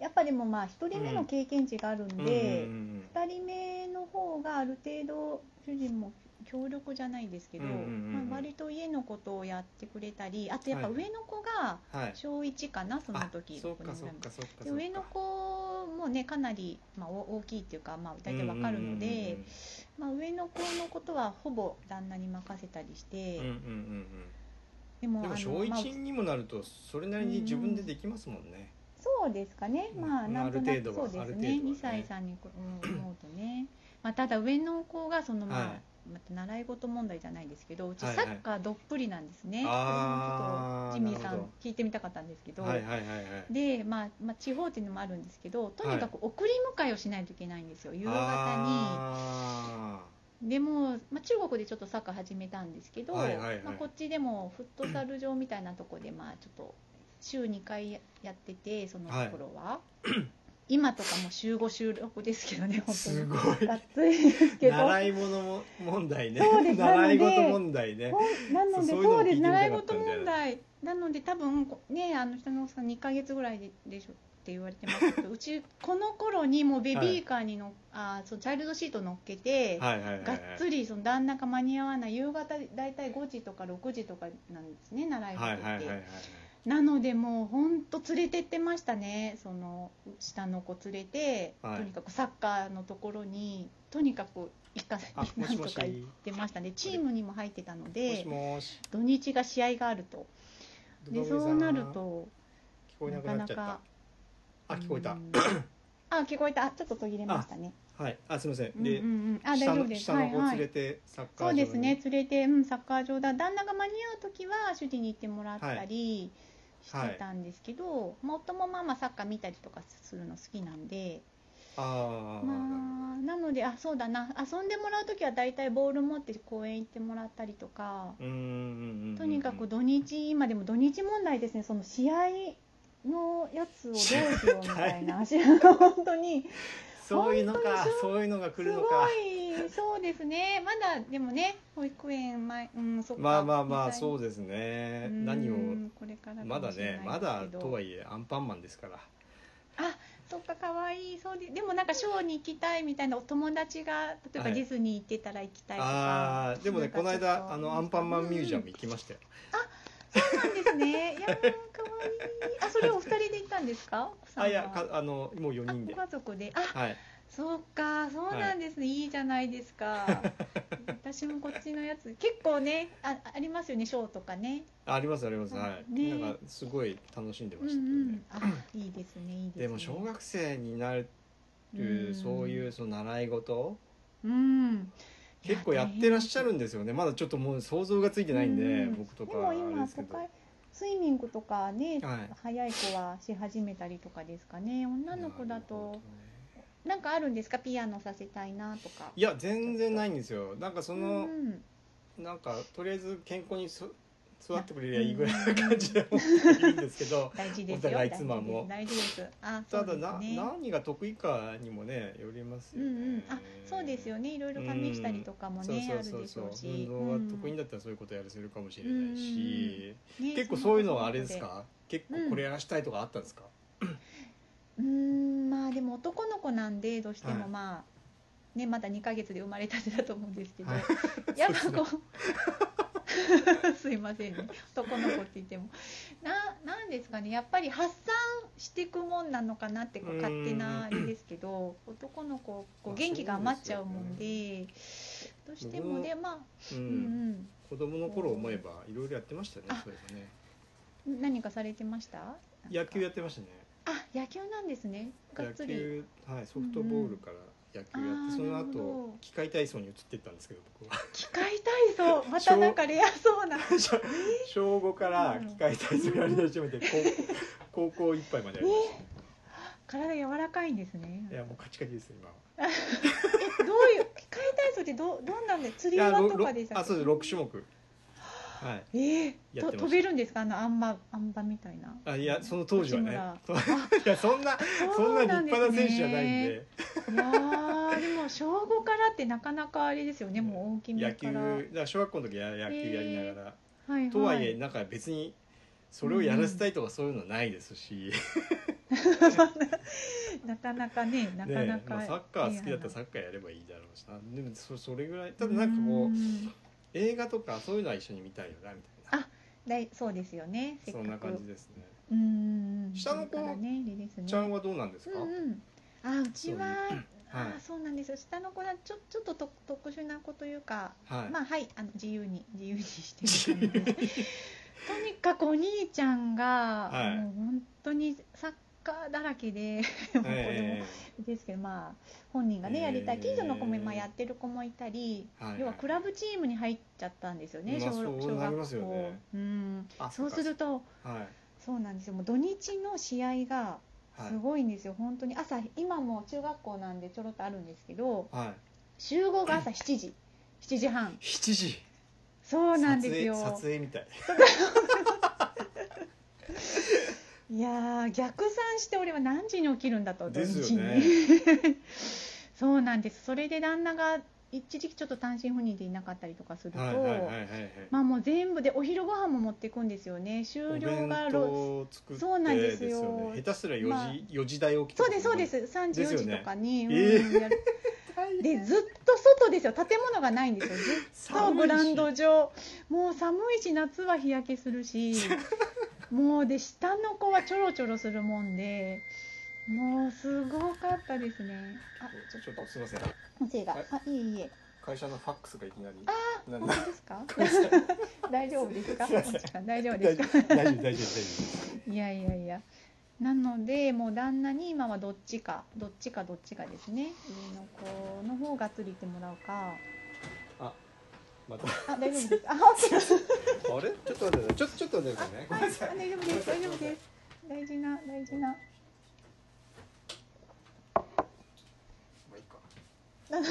[SPEAKER 2] やっぱでもまあ1人目の経験値があるんで、
[SPEAKER 1] うんうんうんうん
[SPEAKER 2] 2人目の方がある程度主人も協力じゃないですけど、
[SPEAKER 1] うんうんうんうん
[SPEAKER 2] まあ、割と家のことをやってくれたりあとやっぱ
[SPEAKER 1] はい
[SPEAKER 2] 上の子が
[SPEAKER 1] はい
[SPEAKER 2] 小1かなその時
[SPEAKER 1] あそう
[SPEAKER 2] こ
[SPEAKER 1] か
[SPEAKER 2] の
[SPEAKER 1] そ
[SPEAKER 2] ぐ
[SPEAKER 1] う
[SPEAKER 2] らい
[SPEAKER 1] かそうか
[SPEAKER 2] で上の子もねかなり、まあ、お大きいっていうか、まあ、大体わかるので、まあ、上の子のことはほぼ旦那に任せたりして、
[SPEAKER 1] うんうんうんうんうん
[SPEAKER 2] で
[SPEAKER 1] うん
[SPEAKER 2] も
[SPEAKER 1] で
[SPEAKER 2] あ
[SPEAKER 1] も
[SPEAKER 2] の
[SPEAKER 1] 小
[SPEAKER 2] まあ
[SPEAKER 1] 一にもなるとそれなりに自分でできますもんね、
[SPEAKER 2] そうですかね、まあ、
[SPEAKER 1] うん
[SPEAKER 2] なんとな
[SPEAKER 1] ある程度
[SPEAKER 2] くそ
[SPEAKER 1] は
[SPEAKER 2] うで
[SPEAKER 1] ある
[SPEAKER 2] す
[SPEAKER 1] 程
[SPEAKER 2] ね、
[SPEAKER 1] 度は
[SPEAKER 2] 2歳
[SPEAKER 1] ね
[SPEAKER 2] さんにこうん思うとね、まあ、ただ上の子がその、まあ
[SPEAKER 1] は
[SPEAKER 2] また習い事問題じゃないですけど、うちサ
[SPEAKER 1] はいはい
[SPEAKER 2] ッカーどっぷりなんですね、
[SPEAKER 1] あー
[SPEAKER 2] それもちょっとジミーさ
[SPEAKER 1] なる
[SPEAKER 2] ん
[SPEAKER 1] ほ、
[SPEAKER 2] 聞いてみたかったんですけど、
[SPEAKER 1] はいはいはいはい
[SPEAKER 2] でまあまあ、地方っていうのもあるんですけど、とにかく送り迎えをしないといけないんですよ、夕方
[SPEAKER 1] あ
[SPEAKER 2] に。でも、まあ、中国でちょっとサッカー始めたんですけど、
[SPEAKER 1] はいはいはい
[SPEAKER 2] まあ、こっちでもフットサル場みたいなとこで、まあ、ちょっと週2回やってて、その頃は。 今とかもう週5週6ですけどね
[SPEAKER 1] ー
[SPEAKER 2] 本当
[SPEAKER 1] す
[SPEAKER 2] に
[SPEAKER 1] ご
[SPEAKER 2] が
[SPEAKER 1] い
[SPEAKER 2] っつりですけど
[SPEAKER 1] 習い物も問題ね
[SPEAKER 2] そうです
[SPEAKER 1] 習い
[SPEAKER 2] なの
[SPEAKER 1] 事
[SPEAKER 2] で
[SPEAKER 1] 問題ね
[SPEAKER 2] ほんなので
[SPEAKER 1] そう
[SPEAKER 2] そう
[SPEAKER 1] そう
[SPEAKER 2] で
[SPEAKER 1] いう
[SPEAKER 2] す
[SPEAKER 1] の聞
[SPEAKER 2] 習い
[SPEAKER 1] いてなかった
[SPEAKER 2] 事
[SPEAKER 1] んだよ
[SPEAKER 2] 問題なので多分こねあの下のさん2ヶ月ぐらいででしょって言われてますけどうちこの頃にもうベビーカーにの、あそうチャイルドシート乗っけて、
[SPEAKER 1] はいはいはい
[SPEAKER 2] が
[SPEAKER 1] は
[SPEAKER 2] っ
[SPEAKER 1] い
[SPEAKER 2] つりその旦那が間に合わない夕方大体5時とか6時とかなんですね習い事
[SPEAKER 1] は
[SPEAKER 2] っ
[SPEAKER 1] い
[SPEAKER 2] て、
[SPEAKER 1] はいはいはい
[SPEAKER 2] なのでもう本当連れてってましたねその下の子連れて、
[SPEAKER 1] はい
[SPEAKER 2] とにかくサッカーのところにとにかく行か
[SPEAKER 1] あも
[SPEAKER 2] ない
[SPEAKER 1] し
[SPEAKER 2] な
[SPEAKER 1] も
[SPEAKER 2] んと
[SPEAKER 1] し
[SPEAKER 2] か行ってましたねチームにも入ってたの
[SPEAKER 1] もし
[SPEAKER 2] で
[SPEAKER 1] もし
[SPEAKER 2] 土日が試合があるとでそうなると
[SPEAKER 1] 聞こえなくなっちゃった
[SPEAKER 2] なか
[SPEAKER 1] あ聞こえた
[SPEAKER 2] うんあ聞こえたあちょっと途切れましたね
[SPEAKER 1] はいあすみません
[SPEAKER 2] うんうん
[SPEAKER 1] で、
[SPEAKER 2] うんあ大
[SPEAKER 1] 下
[SPEAKER 2] 丈
[SPEAKER 1] の
[SPEAKER 2] 夫です
[SPEAKER 1] 下
[SPEAKER 2] は
[SPEAKER 1] の
[SPEAKER 2] い
[SPEAKER 1] 子
[SPEAKER 2] は
[SPEAKER 1] 連れ
[SPEAKER 2] い
[SPEAKER 1] てサッカー
[SPEAKER 2] そう
[SPEAKER 1] 場に
[SPEAKER 2] ですね連れて、うん、サッカー場だ旦那が間に合う時は主人に行ってもらったりしてたんですけど、夫もまあまあサッカー見たりとかするの好きなんで
[SPEAKER 1] ああ、
[SPEAKER 2] まあなのであそうだな遊んでもらう時は大体ボール持って公園行ってもらったりとか、
[SPEAKER 1] うんうんうんうん
[SPEAKER 2] とにかく土日今でも土日問題ですねその試合のやつをどうしようみた いな本当に
[SPEAKER 1] そういうのかそういうのが来るのか
[SPEAKER 2] すごいそうですねまだでもね保育園前うんそっか
[SPEAKER 1] まあまあまあ
[SPEAKER 2] みたいな
[SPEAKER 1] そうですね
[SPEAKER 2] うん
[SPEAKER 1] 何を
[SPEAKER 2] これからかも
[SPEAKER 1] まだ
[SPEAKER 2] しれ
[SPEAKER 1] ね
[SPEAKER 2] ない
[SPEAKER 1] まだと
[SPEAKER 2] い
[SPEAKER 1] はいえアンパンマンですから
[SPEAKER 2] そっか可愛いそうででもなんかショーに行きたいみたいなお友達が例え
[SPEAKER 1] は
[SPEAKER 2] ば
[SPEAKER 1] い
[SPEAKER 2] ディズニー行ってたら行きたいとか、
[SPEAKER 1] ああでもね
[SPEAKER 2] なんか
[SPEAKER 1] この
[SPEAKER 2] ちょっ
[SPEAKER 1] 間
[SPEAKER 2] と
[SPEAKER 1] あのアンパンマンミュージアム行きましたよ
[SPEAKER 2] そうなんですねいやー可愛いあそれお二人で行ったんですかお子さん
[SPEAKER 1] あ
[SPEAKER 2] はい
[SPEAKER 1] やかあのもう4
[SPEAKER 2] あ
[SPEAKER 1] 人
[SPEAKER 2] ご
[SPEAKER 1] で
[SPEAKER 2] 家族であ
[SPEAKER 1] はい
[SPEAKER 2] そうかそうなんですね、い、いじゃないです か私もこっちのやつ結構ねあありますよねショーとかね
[SPEAKER 1] あありますありますはい
[SPEAKER 2] ね
[SPEAKER 1] なんかすごい楽しんで
[SPEAKER 2] う
[SPEAKER 1] ま
[SPEAKER 2] んう
[SPEAKER 1] したけどね
[SPEAKER 2] んあいいですねいいですね
[SPEAKER 1] でも小学生になる
[SPEAKER 2] うん
[SPEAKER 1] そういうその習い事
[SPEAKER 2] うん
[SPEAKER 1] 結構やってらっしゃ
[SPEAKER 2] る
[SPEAKER 1] るんですよねまだちょっともう想像がついてないんで
[SPEAKER 2] うん
[SPEAKER 1] 僕と
[SPEAKER 2] で
[SPEAKER 1] かはあ
[SPEAKER 2] も
[SPEAKER 1] れ
[SPEAKER 2] 今
[SPEAKER 1] ですけ
[SPEAKER 2] 都
[SPEAKER 1] ど
[SPEAKER 2] 会スイミングとかね、
[SPEAKER 1] はい
[SPEAKER 2] 早い子はし始めたりとかですかね女の子だ
[SPEAKER 1] なるほど
[SPEAKER 2] と
[SPEAKER 1] ね
[SPEAKER 2] なんかあるんですかピアノさせたいなとか
[SPEAKER 1] いや全然ないんですよなんかその
[SPEAKER 2] うん
[SPEAKER 1] なんかとりあえず健康にそ座ってくれりゃいいぐらいの感じで思っているんですけど
[SPEAKER 2] 大事です
[SPEAKER 1] お
[SPEAKER 2] よ
[SPEAKER 1] 互い妻も
[SPEAKER 2] 大事です大事ですあそ
[SPEAKER 1] た
[SPEAKER 2] うで
[SPEAKER 1] だ
[SPEAKER 2] す
[SPEAKER 1] な、
[SPEAKER 2] ね
[SPEAKER 1] 何が得意かにもねよります
[SPEAKER 2] うん
[SPEAKER 1] よね、
[SPEAKER 2] うんあそうですよねいろいろ試したりとかもね、あるでしょうし
[SPEAKER 1] 運動が得
[SPEAKER 2] う
[SPEAKER 1] 意
[SPEAKER 2] ん
[SPEAKER 1] だったらそういうことやらせるかもしれないし、
[SPEAKER 2] ね
[SPEAKER 1] 結構そういうのはあれですか結
[SPEAKER 2] うん
[SPEAKER 1] 構これやらしたいとかあったんですか、
[SPEAKER 2] うーんまあでも男の子なんでどうして
[SPEAKER 1] は
[SPEAKER 2] も
[SPEAKER 1] い
[SPEAKER 2] まあ、ねまだ2ヶ月で生まれたてだと思うんですけど、
[SPEAKER 1] はい
[SPEAKER 2] やっ
[SPEAKER 1] そうで
[SPEAKER 2] ぱこう すいませんね男の子って言ってもななんですかねやっぱり発散していくもんなのかなってこ
[SPEAKER 1] う
[SPEAKER 2] う
[SPEAKER 1] ーん
[SPEAKER 2] 勝手なあれですけど男の子
[SPEAKER 1] ま
[SPEAKER 2] こう
[SPEAKER 1] あ
[SPEAKER 2] 元気が余っちゃうもんで,、どうしても
[SPEAKER 1] 僕
[SPEAKER 2] でまあ、
[SPEAKER 1] うん
[SPEAKER 2] うんうん
[SPEAKER 1] 子供の頃思えばいろいろやってましたね
[SPEAKER 2] あ
[SPEAKER 1] そういえばね
[SPEAKER 2] 何かされてましたなんか
[SPEAKER 1] 野球やってましたね
[SPEAKER 2] あ野球なんですねがっ
[SPEAKER 1] 野
[SPEAKER 2] つり
[SPEAKER 1] 球はいソフトボールから野球やって、
[SPEAKER 2] あー
[SPEAKER 1] その
[SPEAKER 2] なるほ
[SPEAKER 1] 後
[SPEAKER 2] ど
[SPEAKER 1] 機械体操に移っていったんですけど僕は
[SPEAKER 2] 機械体操またなんかレアそうな
[SPEAKER 1] 小小5から機械体操やり始めて高校高校いっぱいまでやりまし
[SPEAKER 2] 体柔らかいんですね
[SPEAKER 1] たいやもうカチカチですよ今は
[SPEAKER 2] えどういう機械体操ってどどんなんで釣
[SPEAKER 1] い
[SPEAKER 2] り
[SPEAKER 1] や
[SPEAKER 2] 輪
[SPEAKER 1] ろ
[SPEAKER 2] と
[SPEAKER 1] ろ
[SPEAKER 2] かでした
[SPEAKER 1] あそうです六種目はい
[SPEAKER 2] ええ
[SPEAKER 1] やってました
[SPEAKER 2] と飛べるんですかあのあん馬あん馬みたいな
[SPEAKER 1] あいやその当時はね
[SPEAKER 2] 内
[SPEAKER 1] そ いやそんな そんな立派な選手じゃないんで
[SPEAKER 2] いやーでも小5からってなかなかあれですよねもう大きめ
[SPEAKER 1] 野
[SPEAKER 2] か
[SPEAKER 1] 球
[SPEAKER 2] ら
[SPEAKER 1] だから小学校の時は野球やりながら、
[SPEAKER 2] はいはい、
[SPEAKER 1] とはいえなんか別にそれをやらせたいとかそういうのはないですし、
[SPEAKER 2] なかなかねなかな
[SPEAKER 1] ね
[SPEAKER 2] か、
[SPEAKER 1] まあ、サッカー好きだったらサ
[SPEAKER 2] ッ
[SPEAKER 1] ッカーやればいいだろうしなでもそそれぐらいただなんかこう映画とかそういうのは一緒に見たいよなみたいな
[SPEAKER 2] あだいそうですよねせっか
[SPEAKER 1] そ
[SPEAKER 2] く
[SPEAKER 1] んな感じですね
[SPEAKER 2] うんうんうん
[SPEAKER 1] 下の子
[SPEAKER 2] だからねあれですね
[SPEAKER 1] ちゃんはどうなんですか、
[SPEAKER 2] うんうん、あうちは
[SPEAKER 1] はい
[SPEAKER 2] あそうなんですよ下の子はちょちょっとと特殊な子というか、
[SPEAKER 1] はい、
[SPEAKER 2] まあはいあの自由に自由にしてる感じですとにかくお兄ちゃんが、
[SPEAKER 1] はい
[SPEAKER 2] もう本当にサッカーだらけでもうこれ
[SPEAKER 1] え
[SPEAKER 2] もですけど、まあ、本人がねやりたい
[SPEAKER 1] えー
[SPEAKER 2] 近所の子も今やってる子もいたり、
[SPEAKER 1] はいはい
[SPEAKER 2] 要はクラブチームに入っちゃったんですよね、
[SPEAKER 1] まあ
[SPEAKER 2] 小
[SPEAKER 1] そう
[SPEAKER 2] 小
[SPEAKER 1] なり
[SPEAKER 2] 学
[SPEAKER 1] ますよ
[SPEAKER 2] 校
[SPEAKER 1] ね。
[SPEAKER 2] うん
[SPEAKER 1] あ
[SPEAKER 2] そうすると
[SPEAKER 1] えはい
[SPEAKER 2] そうなんですよもう土日の試合が
[SPEAKER 1] はい
[SPEAKER 2] すごいんですよ、本当に朝今も中学校なんでちょろっとあるんですけど
[SPEAKER 1] はい
[SPEAKER 2] 集合が朝7時7 時半
[SPEAKER 1] 7時
[SPEAKER 2] そうなんですよ
[SPEAKER 1] 撮影撮影みたい
[SPEAKER 2] いやー逆算して俺は何時に起きるんだと土
[SPEAKER 1] です
[SPEAKER 2] 日に、
[SPEAKER 1] よね
[SPEAKER 2] そうなんですそれで旦那が一時期ちょっと単身赴任でいなかったりとかすると、
[SPEAKER 1] はいはいはいはいはい
[SPEAKER 2] まあもう全部でお昼ご飯も持っていくんですよね終
[SPEAKER 1] お
[SPEAKER 2] 了
[SPEAKER 1] 弁
[SPEAKER 2] が
[SPEAKER 1] 当
[SPEAKER 2] ろ
[SPEAKER 1] を作って
[SPEAKER 2] そうなんですよ
[SPEAKER 1] ね下手すら4時、
[SPEAKER 2] まあ
[SPEAKER 1] 4時台起きと
[SPEAKER 2] そう
[SPEAKER 1] か
[SPEAKER 2] ですそうです3時
[SPEAKER 1] です
[SPEAKER 2] 4
[SPEAKER 1] よ
[SPEAKER 2] 時
[SPEAKER 1] ね
[SPEAKER 2] とかに、
[SPEAKER 1] ええ
[SPEAKER 2] うんやる
[SPEAKER 1] 大
[SPEAKER 2] でずっと外ですよ建物がないんですよずっ
[SPEAKER 1] 寒
[SPEAKER 2] と
[SPEAKER 1] いし
[SPEAKER 2] グラウンド上もう寒いし夏は日焼けす るしもうで下の子はちょろちょろするもんでもうすごかったですねあ
[SPEAKER 1] ちょっとすいません
[SPEAKER 2] 音声が
[SPEAKER 1] はい
[SPEAKER 2] あいえいえ
[SPEAKER 1] 会社のファックスがいきなりなん
[SPEAKER 2] 本
[SPEAKER 1] だ
[SPEAKER 2] 当です か
[SPEAKER 1] ごめんなさい
[SPEAKER 2] 大丈夫 ですか
[SPEAKER 1] すいません
[SPEAKER 2] お時間大丈夫
[SPEAKER 1] 大
[SPEAKER 2] です
[SPEAKER 1] 丈
[SPEAKER 2] か
[SPEAKER 1] 夫大丈夫大丈夫大丈夫
[SPEAKER 2] いやいやいやなのでもう旦那に今はどっちかどっちかどっちかですね上の子の方がっつりいてもらうか
[SPEAKER 1] また
[SPEAKER 2] あ大丈 夫ですあ
[SPEAKER 1] あれちょっと待ってくださいちょっとちょっと待ってくださいねご
[SPEAKER 2] は
[SPEAKER 1] め
[SPEAKER 2] い、
[SPEAKER 1] んなさい
[SPEAKER 2] あ大丈夫です、大丈夫です。大事な、大事な。
[SPEAKER 1] まあいいか
[SPEAKER 2] だだ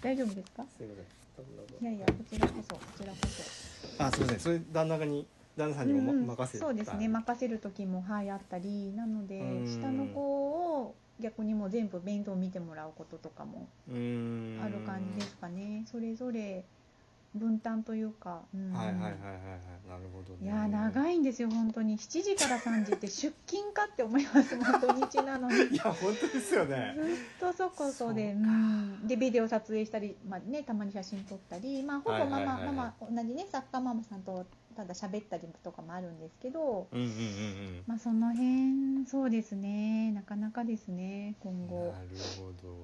[SPEAKER 2] 大丈夫ですか。
[SPEAKER 1] すいま
[SPEAKER 2] い
[SPEAKER 1] せん
[SPEAKER 2] やいや、こちらこそ、こちらこそ。
[SPEAKER 1] あすいませんそれ旦那に旦那さんにおま、
[SPEAKER 2] うんうん
[SPEAKER 1] 任せ
[SPEAKER 2] そうですね、
[SPEAKER 1] ま
[SPEAKER 2] 任せる時も、はい、あったり、なので
[SPEAKER 1] うん、
[SPEAKER 2] 下の子を。逆にもう全部面倒見てもらうこととかも
[SPEAKER 1] うーん
[SPEAKER 2] ある感じですかね。それぞれ分担というか。うん
[SPEAKER 1] はいはいはいはいはいなるほどね
[SPEAKER 2] いやー長
[SPEAKER 1] い
[SPEAKER 2] いんですよ本当に7時から3時って出勤かって思いますもう土日なのに
[SPEAKER 1] い や本当ですよね
[SPEAKER 2] ずっとそこそで
[SPEAKER 1] そう
[SPEAKER 2] う
[SPEAKER 1] か
[SPEAKER 2] んでビデオ撮影したり、まあね、たまに写真撮ったり、まあ、ほぼママ,、
[SPEAKER 1] はいはいはいはい
[SPEAKER 2] ママ同じね作家ママさんとただ喋ったりとかもあるんですけど、
[SPEAKER 1] うんうんうん
[SPEAKER 2] まあ、その辺そうですねなかなかですね
[SPEAKER 1] う
[SPEAKER 2] 今
[SPEAKER 1] ん
[SPEAKER 2] 後
[SPEAKER 1] なるほど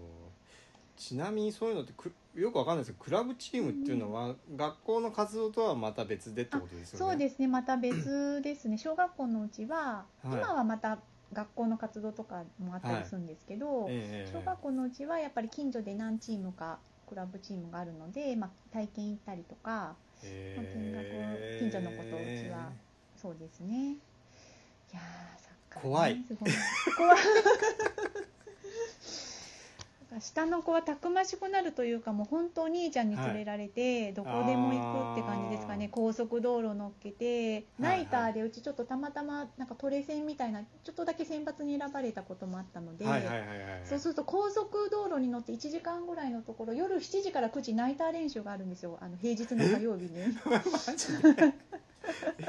[SPEAKER 1] ちなみにそういうのってくよくわかんないですけどクラブチームっていうのは、学校の活動とはまた別でってことですよね
[SPEAKER 2] そうですねまた別ですね小学校のうちは、
[SPEAKER 1] はい
[SPEAKER 2] 今はまた学校の活動とかもあったりするんですけど、
[SPEAKER 1] ええ
[SPEAKER 2] 小学校のうちはやっぱり近所で何チームかクラブチームがあるので、まあ、体験行ったりとか。
[SPEAKER 1] え
[SPEAKER 2] 見学を近所のことをうちはそうですね。いやー、サッカーね、
[SPEAKER 1] 怖い
[SPEAKER 2] すごい。怖い。 下の子はたくましくなるというかもう本当お兄ちゃんに連れられて、どこでも行くって感じですかね
[SPEAKER 1] あー
[SPEAKER 2] 高速道路乗っけて
[SPEAKER 1] はいは
[SPEAKER 2] ナ
[SPEAKER 1] い
[SPEAKER 2] イターでうちちょっとたまたまなんかトレセンみたいなちょっとだけ選抜に選ばれたこともあったので、
[SPEAKER 1] はいはいはいはい
[SPEAKER 2] そうすると高速道路に乗って1時間ぐらいのところ夜7時から9時ナイター練習があるんですよあの平日の火曜日に。
[SPEAKER 1] マジで え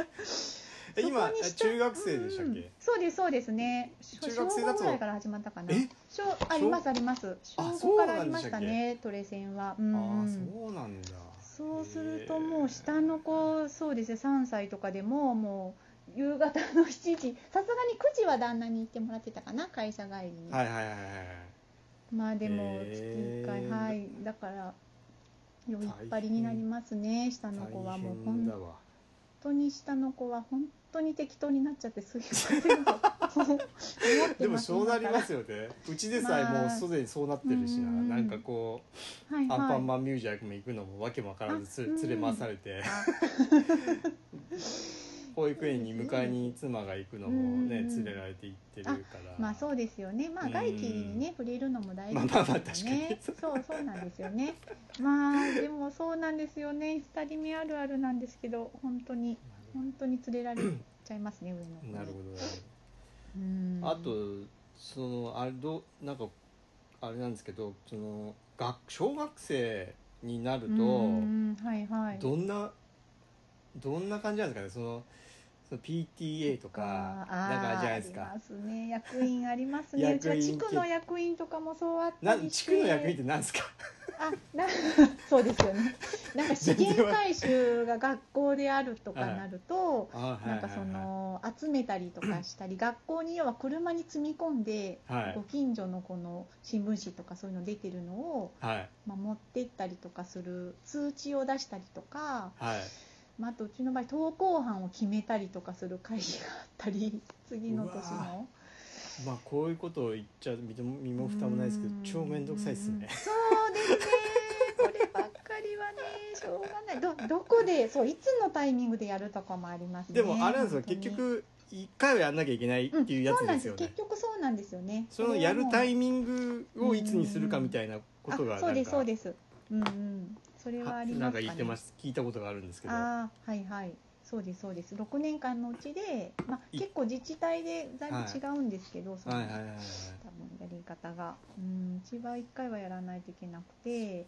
[SPEAKER 2] そこに
[SPEAKER 1] 今
[SPEAKER 2] した
[SPEAKER 1] 中学生でしたっ
[SPEAKER 2] うん
[SPEAKER 1] け、
[SPEAKER 2] そうですそうですね小
[SPEAKER 1] 中学生だと
[SPEAKER 2] 小五ぐらいから始まったかな
[SPEAKER 1] え
[SPEAKER 2] 小ありますあります小
[SPEAKER 1] あ
[SPEAKER 2] 5からあり
[SPEAKER 1] そうなんで
[SPEAKER 2] ま
[SPEAKER 1] し
[SPEAKER 2] した
[SPEAKER 1] ったけ
[SPEAKER 2] ねトレセンは、う
[SPEAKER 1] あ
[SPEAKER 2] んう
[SPEAKER 1] あ
[SPEAKER 2] ん
[SPEAKER 1] そうなんだ
[SPEAKER 2] そうするともう下の子そうですね3歳とかでももう夕方の7時さすがに9時は旦那に行ってもらってたかな会社帰りに、
[SPEAKER 1] はいはいはいはい
[SPEAKER 2] まあでも月
[SPEAKER 1] へ
[SPEAKER 2] 1
[SPEAKER 1] ー
[SPEAKER 2] 回はいだから酔いっぱりになりますね下の子は
[SPEAKER 1] 大
[SPEAKER 2] もう
[SPEAKER 1] 変
[SPEAKER 2] 本
[SPEAKER 1] だわ
[SPEAKER 2] 本当に下の子は本当に適当になっちゃってすいません思ってます
[SPEAKER 1] でもそうなりま
[SPEAKER 2] 今か
[SPEAKER 1] すよねうちでさえもうすでにそうなってるしな、
[SPEAKER 2] まあうん
[SPEAKER 1] なんかこ
[SPEAKER 2] らは
[SPEAKER 1] う、
[SPEAKER 2] いはい、
[SPEAKER 1] アンパンマンミュージアム行くのもわけもわからず
[SPEAKER 2] あうん
[SPEAKER 1] つ連れ回されて、保育園に迎えに妻が行くのもね、
[SPEAKER 2] うんうん
[SPEAKER 1] 連れられて行ってるから
[SPEAKER 2] まあそうですよねまあ
[SPEAKER 1] うん
[SPEAKER 2] 外気にね触れるのも大事
[SPEAKER 1] まあ
[SPEAKER 2] で
[SPEAKER 1] まあまあ
[SPEAKER 2] すよね、そうそうなんですよねまあでもそうなんですよね2人目あるあるなんですけど本当に本当に連れられちゃいますね上の子に
[SPEAKER 1] なるほど、ね
[SPEAKER 2] うん
[SPEAKER 1] あとそのあれどうなんかあれなんですけどその学小学生になると、
[SPEAKER 2] うんはいはい
[SPEAKER 1] どんなどんな感じなんですかねそのその PTA とか
[SPEAKER 2] あー
[SPEAKER 1] なんかあるじゃないです
[SPEAKER 2] あり
[SPEAKER 1] か
[SPEAKER 2] ますね役員ありますねうちは
[SPEAKER 1] 役員
[SPEAKER 2] 地区の役員とかもそうあった
[SPEAKER 1] な
[SPEAKER 2] り
[SPEAKER 1] 地
[SPEAKER 2] して
[SPEAKER 1] 区の役員って何ですか
[SPEAKER 2] あなそうですよねなんか資源回収が学校であるとかなると、
[SPEAKER 1] あー
[SPEAKER 2] なんかその集めたりとかしたり学校に要は車に積み込んで、
[SPEAKER 1] はい
[SPEAKER 2] ご近所のこの新聞紙とかそういうの出てるのを、
[SPEAKER 1] はいはい
[SPEAKER 2] まあ、持ってったりとかする通知を出したりとか、
[SPEAKER 1] はい
[SPEAKER 2] まあ、あとうちの場合登校班を決めたりとかする会議があったり次の年
[SPEAKER 1] うわ
[SPEAKER 2] の。
[SPEAKER 1] まあこういうことを言っちゃ身も身も蓋もないですけど
[SPEAKER 2] うん
[SPEAKER 1] 超面倒くさいですね
[SPEAKER 2] そうですねこればっかりはねしょうがないどどこでそういつのタイミングでやるとかもありますね
[SPEAKER 1] でもあれなんですよ
[SPEAKER 2] 本当に
[SPEAKER 1] 結局一回はやんなきゃいけないっていうやつですよ
[SPEAKER 2] う
[SPEAKER 1] ね
[SPEAKER 2] んそうなん結局そうなんですよね
[SPEAKER 1] そのやるタイ
[SPEAKER 2] ミン
[SPEAKER 1] ミングをいつにするかみたいなことが
[SPEAKER 2] そ
[SPEAKER 1] な
[SPEAKER 2] うんですそう
[SPEAKER 1] か
[SPEAKER 2] ですうんうんそれはあ
[SPEAKER 1] は
[SPEAKER 2] り
[SPEAKER 1] な
[SPEAKER 2] ま
[SPEAKER 1] ん
[SPEAKER 2] すか
[SPEAKER 1] か
[SPEAKER 2] ね
[SPEAKER 1] 言ってました聞いたことがあるんですけど
[SPEAKER 2] ああはいはいそうですそうです6年間のうちで、まあ、
[SPEAKER 1] い
[SPEAKER 2] 結構自治体でだいぶ違うんですけど、その
[SPEAKER 1] はいはいはいはい
[SPEAKER 2] 多分やり方がうんうちは1回はやらないといけなくて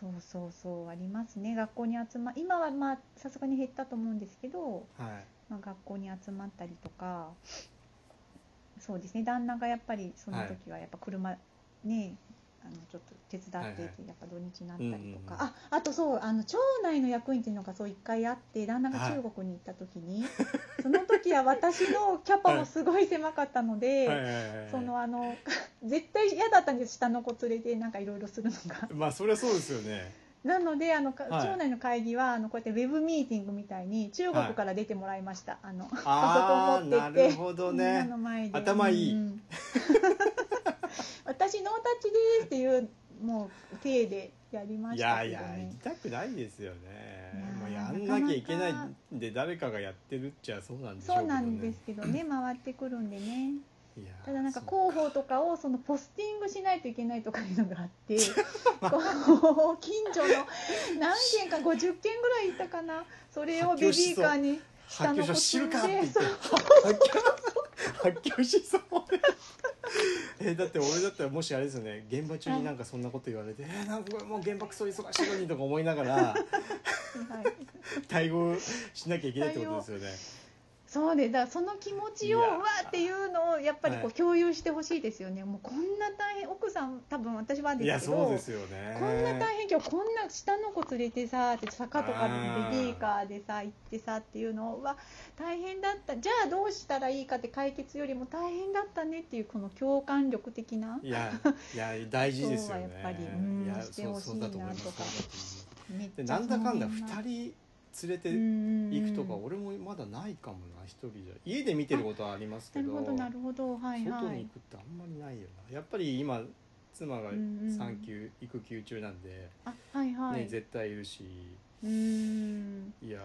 [SPEAKER 2] そうそうそうありますね学校に集ま今はまあさすがに減ったと思うんですけど、
[SPEAKER 1] はい
[SPEAKER 2] まあ、学校に集まったりとかそうですね旦那がやっぱりその時はやっぱ車、ねあのちょっと手伝って
[SPEAKER 1] はい
[SPEAKER 2] てやっぱ土日になったりとか、
[SPEAKER 1] うんうんう
[SPEAKER 2] ああとそうあの町内の役員っていうのがそう一回あって旦那が中国に行った時に、その時は私のキャパもすごい狭かったので、
[SPEAKER 1] はいはいはい
[SPEAKER 2] そのあの 絶対嫌だったんです下の子連れてなんかいろいろするのが
[SPEAKER 1] まあそりゃそうですよね
[SPEAKER 2] なのであの、か
[SPEAKER 1] はい
[SPEAKER 2] 町内の会議はあのこうやってウェブミーティングみたいに中
[SPEAKER 1] はい
[SPEAKER 2] 国から出てもらいました、あの
[SPEAKER 1] あ
[SPEAKER 2] パ
[SPEAKER 1] あ
[SPEAKER 2] ソコン持
[SPEAKER 1] な
[SPEAKER 2] ってって
[SPEAKER 1] るほど
[SPEAKER 2] みんな
[SPEAKER 1] ね
[SPEAKER 2] の前で
[SPEAKER 1] 頭いい
[SPEAKER 2] うん 私ノータッチですっていうもう体でやりま
[SPEAKER 1] い
[SPEAKER 2] し
[SPEAKER 1] や
[SPEAKER 2] たけ
[SPEAKER 1] い
[SPEAKER 2] ど
[SPEAKER 1] や行
[SPEAKER 2] ね
[SPEAKER 1] きたくないですよね
[SPEAKER 2] いや
[SPEAKER 1] も
[SPEAKER 2] ー
[SPEAKER 1] うやんなきゃいけない
[SPEAKER 2] なかなか
[SPEAKER 1] んで誰かがやってるっちゃそうなんでしょう
[SPEAKER 2] そ
[SPEAKER 1] けど、ね、
[SPEAKER 2] うなんですけどね回ってくるんでね
[SPEAKER 1] いやー
[SPEAKER 2] ただなんか
[SPEAKER 1] そう
[SPEAKER 2] 広報とかをそのポスティングしないといけないとかいうのがあって こう近所の何 軒か50軒ぐらい行ったかなそれをベビーカーに
[SPEAKER 1] 発狂しそう知るかって言って
[SPEAKER 2] そう
[SPEAKER 1] 発狂発狂しそうえだって俺だったらもしあれですよね現場中になんかそんなこと言われて「えーなんかこれもう現場クソ忙しいのに」とか思いながら
[SPEAKER 2] はい
[SPEAKER 1] 対応しなきゃいけないってことですよね
[SPEAKER 2] そうでだからその気持ち
[SPEAKER 1] い
[SPEAKER 2] を
[SPEAKER 1] うや
[SPEAKER 2] わーっていうのをやっぱりこ
[SPEAKER 1] は
[SPEAKER 2] う
[SPEAKER 1] い
[SPEAKER 2] 共有してほしいですよね、もうこんな大変奥さん多分私はい
[SPEAKER 1] や
[SPEAKER 2] ですけど
[SPEAKER 1] そうですよね
[SPEAKER 2] こんな大変今日こんな下の子連れてさって坂とか
[SPEAKER 1] あー
[SPEAKER 2] でベビーカーでさ行ってさっていうのは大変だったじゃあどうしたらいいかって解決よりも大変だったねっていうこの共感力的ない
[SPEAKER 1] やいや大事ですよね
[SPEAKER 2] そうはやっぱりうん
[SPEAKER 1] いや
[SPEAKER 2] して
[SPEAKER 1] そう
[SPEAKER 2] ほしい
[SPEAKER 1] そうだと思いま
[SPEAKER 2] なとか
[SPEAKER 1] す
[SPEAKER 2] めっ
[SPEAKER 1] で
[SPEAKER 2] ちゃ
[SPEAKER 1] なんだかんだ2
[SPEAKER 2] 人
[SPEAKER 1] 人連れて
[SPEAKER 2] で
[SPEAKER 1] 行くとか俺もまだないかもな一人じゃ家で見てることはありますけ
[SPEAKER 2] なる
[SPEAKER 1] ど
[SPEAKER 2] ほどなるほどはい
[SPEAKER 1] 外
[SPEAKER 2] は
[SPEAKER 1] に
[SPEAKER 2] い
[SPEAKER 1] 行くってあんまりないよなやっぱり今妻が
[SPEAKER 2] うんうん
[SPEAKER 1] 産休育休中なんで、
[SPEAKER 2] あはいは
[SPEAKER 1] ね、
[SPEAKER 2] い
[SPEAKER 1] 絶対いるし
[SPEAKER 2] うーん
[SPEAKER 1] いやー大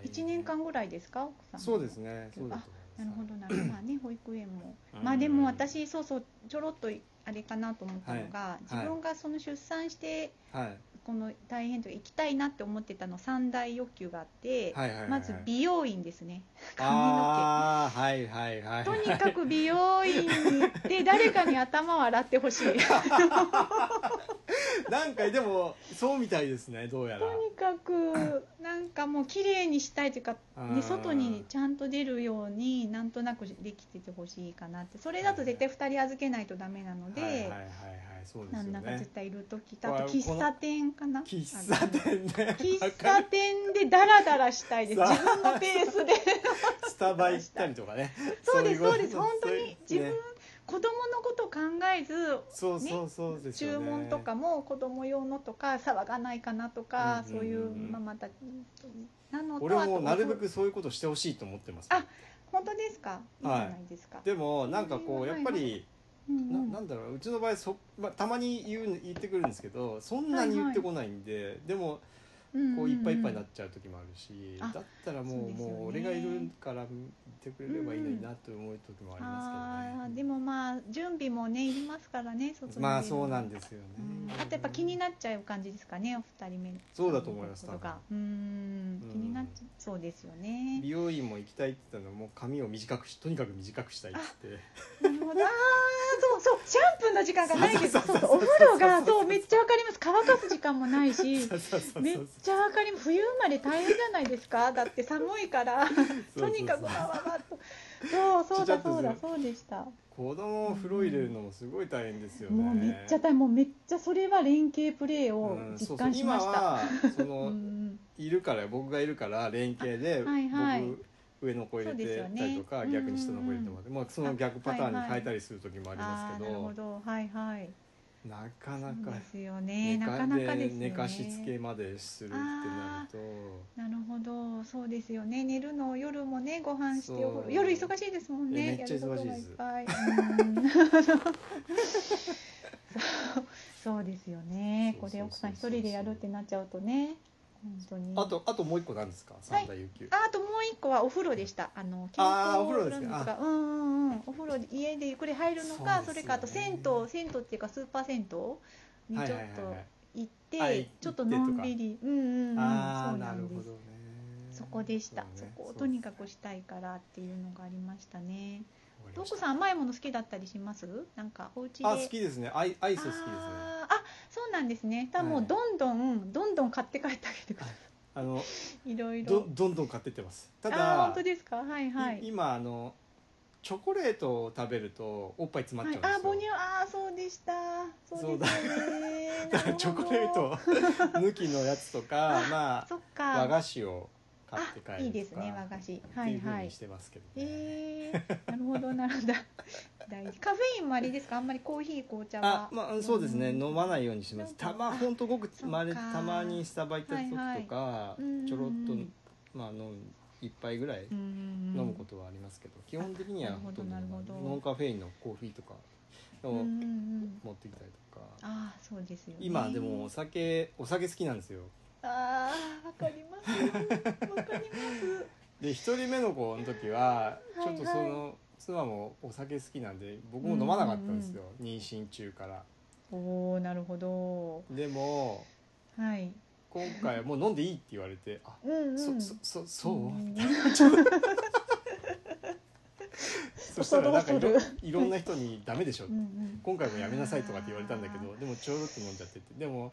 [SPEAKER 1] 変
[SPEAKER 2] 1年間ぐらいですか奥さん
[SPEAKER 1] そうですねそうだ
[SPEAKER 2] あ
[SPEAKER 1] と
[SPEAKER 2] なる
[SPEAKER 1] 思います
[SPEAKER 2] ほどなるほどまあね保育園も
[SPEAKER 1] うん
[SPEAKER 2] まあでも私そうそうちょろっとあれかなと思ったのが、
[SPEAKER 1] い
[SPEAKER 2] 自分がその出産して
[SPEAKER 1] はい
[SPEAKER 2] この大変というか行きたいなって思ってたの三大欲求があって、
[SPEAKER 1] はいはいはい
[SPEAKER 2] まず美容院ですね髪の
[SPEAKER 1] ああはいはいはい
[SPEAKER 2] 毛とにかく美容院に 行って誰かに頭を洗ってほしいとに
[SPEAKER 1] なんかでもそうみたいですねどうやら
[SPEAKER 2] かくなんかもう綺麗にしたいというか、
[SPEAKER 1] う
[SPEAKER 2] ね、
[SPEAKER 1] ん
[SPEAKER 2] 外にちゃんと出るようになんとなくできててほしいかなってそれだと絶対2人預けないとダメなので、
[SPEAKER 1] はいはいはいはいそうで
[SPEAKER 2] な
[SPEAKER 1] す
[SPEAKER 2] ん
[SPEAKER 1] よ
[SPEAKER 2] だか
[SPEAKER 1] ね
[SPEAKER 2] 絶対いる時だ
[SPEAKER 1] わあ
[SPEAKER 2] と喫茶店かな
[SPEAKER 1] 喫茶店ね
[SPEAKER 2] 喫
[SPEAKER 1] わか
[SPEAKER 2] 茶
[SPEAKER 1] る
[SPEAKER 2] 店でダラダラしたいです
[SPEAKER 1] さあ
[SPEAKER 2] 自分のペースで
[SPEAKER 1] スタバ行ったりとかね
[SPEAKER 2] そうです
[SPEAKER 1] い
[SPEAKER 2] そう
[SPEAKER 1] こと
[SPEAKER 2] です本当に自分
[SPEAKER 1] ね
[SPEAKER 2] 子供のこと考えず
[SPEAKER 1] そうそうそうですよ
[SPEAKER 2] 注
[SPEAKER 1] ね
[SPEAKER 2] 文とかも子供用のとか騒がないかなとか
[SPEAKER 1] うん
[SPEAKER 2] そううんい
[SPEAKER 1] うんうん
[SPEAKER 2] うママたちなの
[SPEAKER 1] 俺
[SPEAKER 2] とあ
[SPEAKER 1] も
[SPEAKER 2] と
[SPEAKER 1] なるべくそういうことしてほしいと思ってます
[SPEAKER 2] あ本当ですかいいじゃ
[SPEAKER 1] はい
[SPEAKER 2] ないですか
[SPEAKER 1] でもなんかこうやっぱり
[SPEAKER 2] うん
[SPEAKER 1] な
[SPEAKER 2] うん
[SPEAKER 1] なんだろううちの場合そ、まあ、たまに言う言ってくるんですけどそんなに言ってこないんで、でもこういっぱいいっぱいになっちゃう時もあるし、
[SPEAKER 2] あ
[SPEAKER 1] だったらも
[SPEAKER 2] そう
[SPEAKER 1] う
[SPEAKER 2] ですよね
[SPEAKER 1] もう俺がいるから見てくれればいいのになと思う時もあり
[SPEAKER 2] あ
[SPEAKER 1] ます
[SPEAKER 2] ー
[SPEAKER 1] け
[SPEAKER 2] で
[SPEAKER 1] どね、
[SPEAKER 2] もまあ準備もねいりますからね卒
[SPEAKER 1] ま
[SPEAKER 2] ま
[SPEAKER 1] あそうなん
[SPEAKER 2] す
[SPEAKER 1] ですよね、
[SPEAKER 2] うんあとやっぱ気になっちゃう感じですかね、お二人目の
[SPEAKER 1] そうだと思います
[SPEAKER 2] ことがうん
[SPEAKER 1] うん
[SPEAKER 2] 気になっちゃうそうですよね
[SPEAKER 1] 美容院も行きたいって言ったのもう髪を短くしとにかく短くしたいっつって
[SPEAKER 2] なるほどあーそうそうシャンプーの時間がないです
[SPEAKER 1] そうそうそうそう
[SPEAKER 2] そうお風呂がそうめっちゃわかります乾かす時間もないし
[SPEAKER 1] そうそうそうそう
[SPEAKER 2] めっちゃわかります冬生まれ大変じゃないですかだって寒いからとにかくわわわっとそうそうだそうだそうでした
[SPEAKER 1] 子供を風呂入れるのもすごい大変ですよね
[SPEAKER 2] もうめっちゃ大もうめっちゃそれは連携プレーを
[SPEAKER 1] うんそ
[SPEAKER 2] 実
[SPEAKER 1] うそう
[SPEAKER 2] 感しました、
[SPEAKER 1] 今はそ
[SPEAKER 2] うん
[SPEAKER 1] の、
[SPEAKER 2] うん
[SPEAKER 1] いるから僕がいるから連携で
[SPEAKER 2] あはいはい
[SPEAKER 1] 僕上の子入れてたりとか、
[SPEAKER 2] そうですよね
[SPEAKER 1] 逆に下の子入れてもらって、まあ、その逆パターン
[SPEAKER 2] あ
[SPEAKER 1] に
[SPEAKER 2] はいはい
[SPEAKER 1] 変えたりする時もありま
[SPEAKER 2] あ
[SPEAKER 1] すけ
[SPEAKER 2] ーなる
[SPEAKER 1] ど,、
[SPEAKER 2] ほどはいはい
[SPEAKER 1] なかな
[SPEAKER 2] そう
[SPEAKER 1] か
[SPEAKER 2] ですよねなかなかですよね
[SPEAKER 1] 寝かしつけまでするってなる
[SPEAKER 2] なるほどそうですよね寝るの夜もねご飯して
[SPEAKER 1] そう
[SPEAKER 2] お風呂夜忙しいですもんね
[SPEAKER 1] えめっちゃ忙しいです
[SPEAKER 2] やることがいっぱいうんそうそうですよね
[SPEAKER 1] そう
[SPEAKER 2] こ
[SPEAKER 1] そうそうそう
[SPEAKER 2] れ奥さん一人でやるってなっちゃうとね本当に
[SPEAKER 1] とあとあともう一個なんですか三大有給、
[SPEAKER 2] ああともう一個はお風呂でしたあの健
[SPEAKER 1] あー
[SPEAKER 2] 康
[SPEAKER 1] お風呂ですか
[SPEAKER 2] ルームとかうんうんうんお風呂で家でゆっくり入るのか
[SPEAKER 1] そ
[SPEAKER 2] そう
[SPEAKER 1] ですよね
[SPEAKER 2] れかあと銭湯銭湯っていうかスーパー銭湯に
[SPEAKER 1] はい
[SPEAKER 2] ちょ
[SPEAKER 1] は
[SPEAKER 2] っ
[SPEAKER 1] いはい
[SPEAKER 2] と
[SPEAKER 1] はい
[SPEAKER 2] 行って、
[SPEAKER 1] はい
[SPEAKER 2] ちょっとのんびりうんうんうん
[SPEAKER 1] あ
[SPEAKER 2] そ
[SPEAKER 1] あ
[SPEAKER 2] う
[SPEAKER 1] な
[SPEAKER 2] なん
[SPEAKER 1] る
[SPEAKER 2] で
[SPEAKER 1] ほ
[SPEAKER 2] す
[SPEAKER 1] どね
[SPEAKER 2] そこでしたそ,、
[SPEAKER 1] うね
[SPEAKER 2] こを
[SPEAKER 1] そう
[SPEAKER 2] とにかくしたいからっていうのがありましたね
[SPEAKER 1] わかり
[SPEAKER 2] ト
[SPEAKER 1] ま
[SPEAKER 2] ー
[SPEAKER 1] した
[SPEAKER 2] クさん甘いもの好きだったりしますなんかお家で
[SPEAKER 1] あ好きですねアイアイス好きですね
[SPEAKER 2] あーあそうなんですねただも
[SPEAKER 1] は
[SPEAKER 2] う
[SPEAKER 1] い
[SPEAKER 2] どんどんどんどん買って帰ってあげてくださ
[SPEAKER 1] あの
[SPEAKER 2] いいろい
[SPEAKER 1] ど
[SPEAKER 2] ろ
[SPEAKER 1] どんどん買ってってますた
[SPEAKER 2] あー
[SPEAKER 1] だ
[SPEAKER 2] 本当ですかはいはい
[SPEAKER 1] い今あのチョコレートを食べるとおっぱい詰まっ
[SPEAKER 2] は
[SPEAKER 1] ち
[SPEAKER 2] い
[SPEAKER 1] ゃうん、ですよ、
[SPEAKER 2] あー母乳あーそうでしたそうですよね
[SPEAKER 1] だ
[SPEAKER 2] な
[SPEAKER 1] から
[SPEAKER 2] るほど
[SPEAKER 1] チョコレート抜きのやつとかま
[SPEAKER 2] そっ
[SPEAKER 1] あ和
[SPEAKER 2] か
[SPEAKER 1] 菓子を買って帰るとか
[SPEAKER 2] いいですね和菓子
[SPEAKER 1] っ
[SPEAKER 2] は
[SPEAKER 1] てい
[SPEAKER 2] いう
[SPEAKER 1] ふう
[SPEAKER 2] は
[SPEAKER 1] に
[SPEAKER 2] い
[SPEAKER 1] してますけど、ね
[SPEAKER 2] えー、なるほどなるほど大事カフェインもあれですかあんまりコーヒー紅茶
[SPEAKER 1] あ
[SPEAKER 2] は
[SPEAKER 1] まあそうですね、
[SPEAKER 2] うん
[SPEAKER 1] 飲まないようにしますたま
[SPEAKER 2] あ
[SPEAKER 1] ほんとごく
[SPEAKER 2] そっか
[SPEAKER 1] まれたまにスタバ行った時とか、
[SPEAKER 2] いはい
[SPEAKER 1] ちょろっと
[SPEAKER 2] うん
[SPEAKER 1] まあ飲む一杯ぐらい
[SPEAKER 2] うん
[SPEAKER 1] 飲むことはありますけど、基本的には
[SPEAKER 2] あなるほ
[SPEAKER 1] ほ
[SPEAKER 2] ど
[SPEAKER 1] とんど飲まない
[SPEAKER 2] なるほど
[SPEAKER 1] ノンカフェインのコーヒーとか
[SPEAKER 2] うん
[SPEAKER 1] を
[SPEAKER 2] うんうん
[SPEAKER 1] 持ってきたりとか、
[SPEAKER 2] ああそうですよね
[SPEAKER 1] 今でもお酒お酒好きなんですよ
[SPEAKER 2] ああわかりますよわかります
[SPEAKER 1] で一人目の子の時は
[SPEAKER 2] はい
[SPEAKER 1] ちょっとその妻もお酒好きなんで僕も飲まなかったんですよ妊娠中から
[SPEAKER 2] おおなるほど
[SPEAKER 1] でも
[SPEAKER 2] はい
[SPEAKER 1] 今回はもう飲んでいいって言われてあ
[SPEAKER 2] うんうん
[SPEAKER 1] そそそそう
[SPEAKER 2] うん
[SPEAKER 1] そしたらなんかい
[SPEAKER 2] 恐
[SPEAKER 1] ろ
[SPEAKER 2] る恐
[SPEAKER 1] いろんな人に「ダメでしょ」
[SPEAKER 2] うんうん
[SPEAKER 1] 今回もやめなさい」とかって言われたんだけ
[SPEAKER 2] あ
[SPEAKER 1] どでもちょろっと飲んじゃっててでも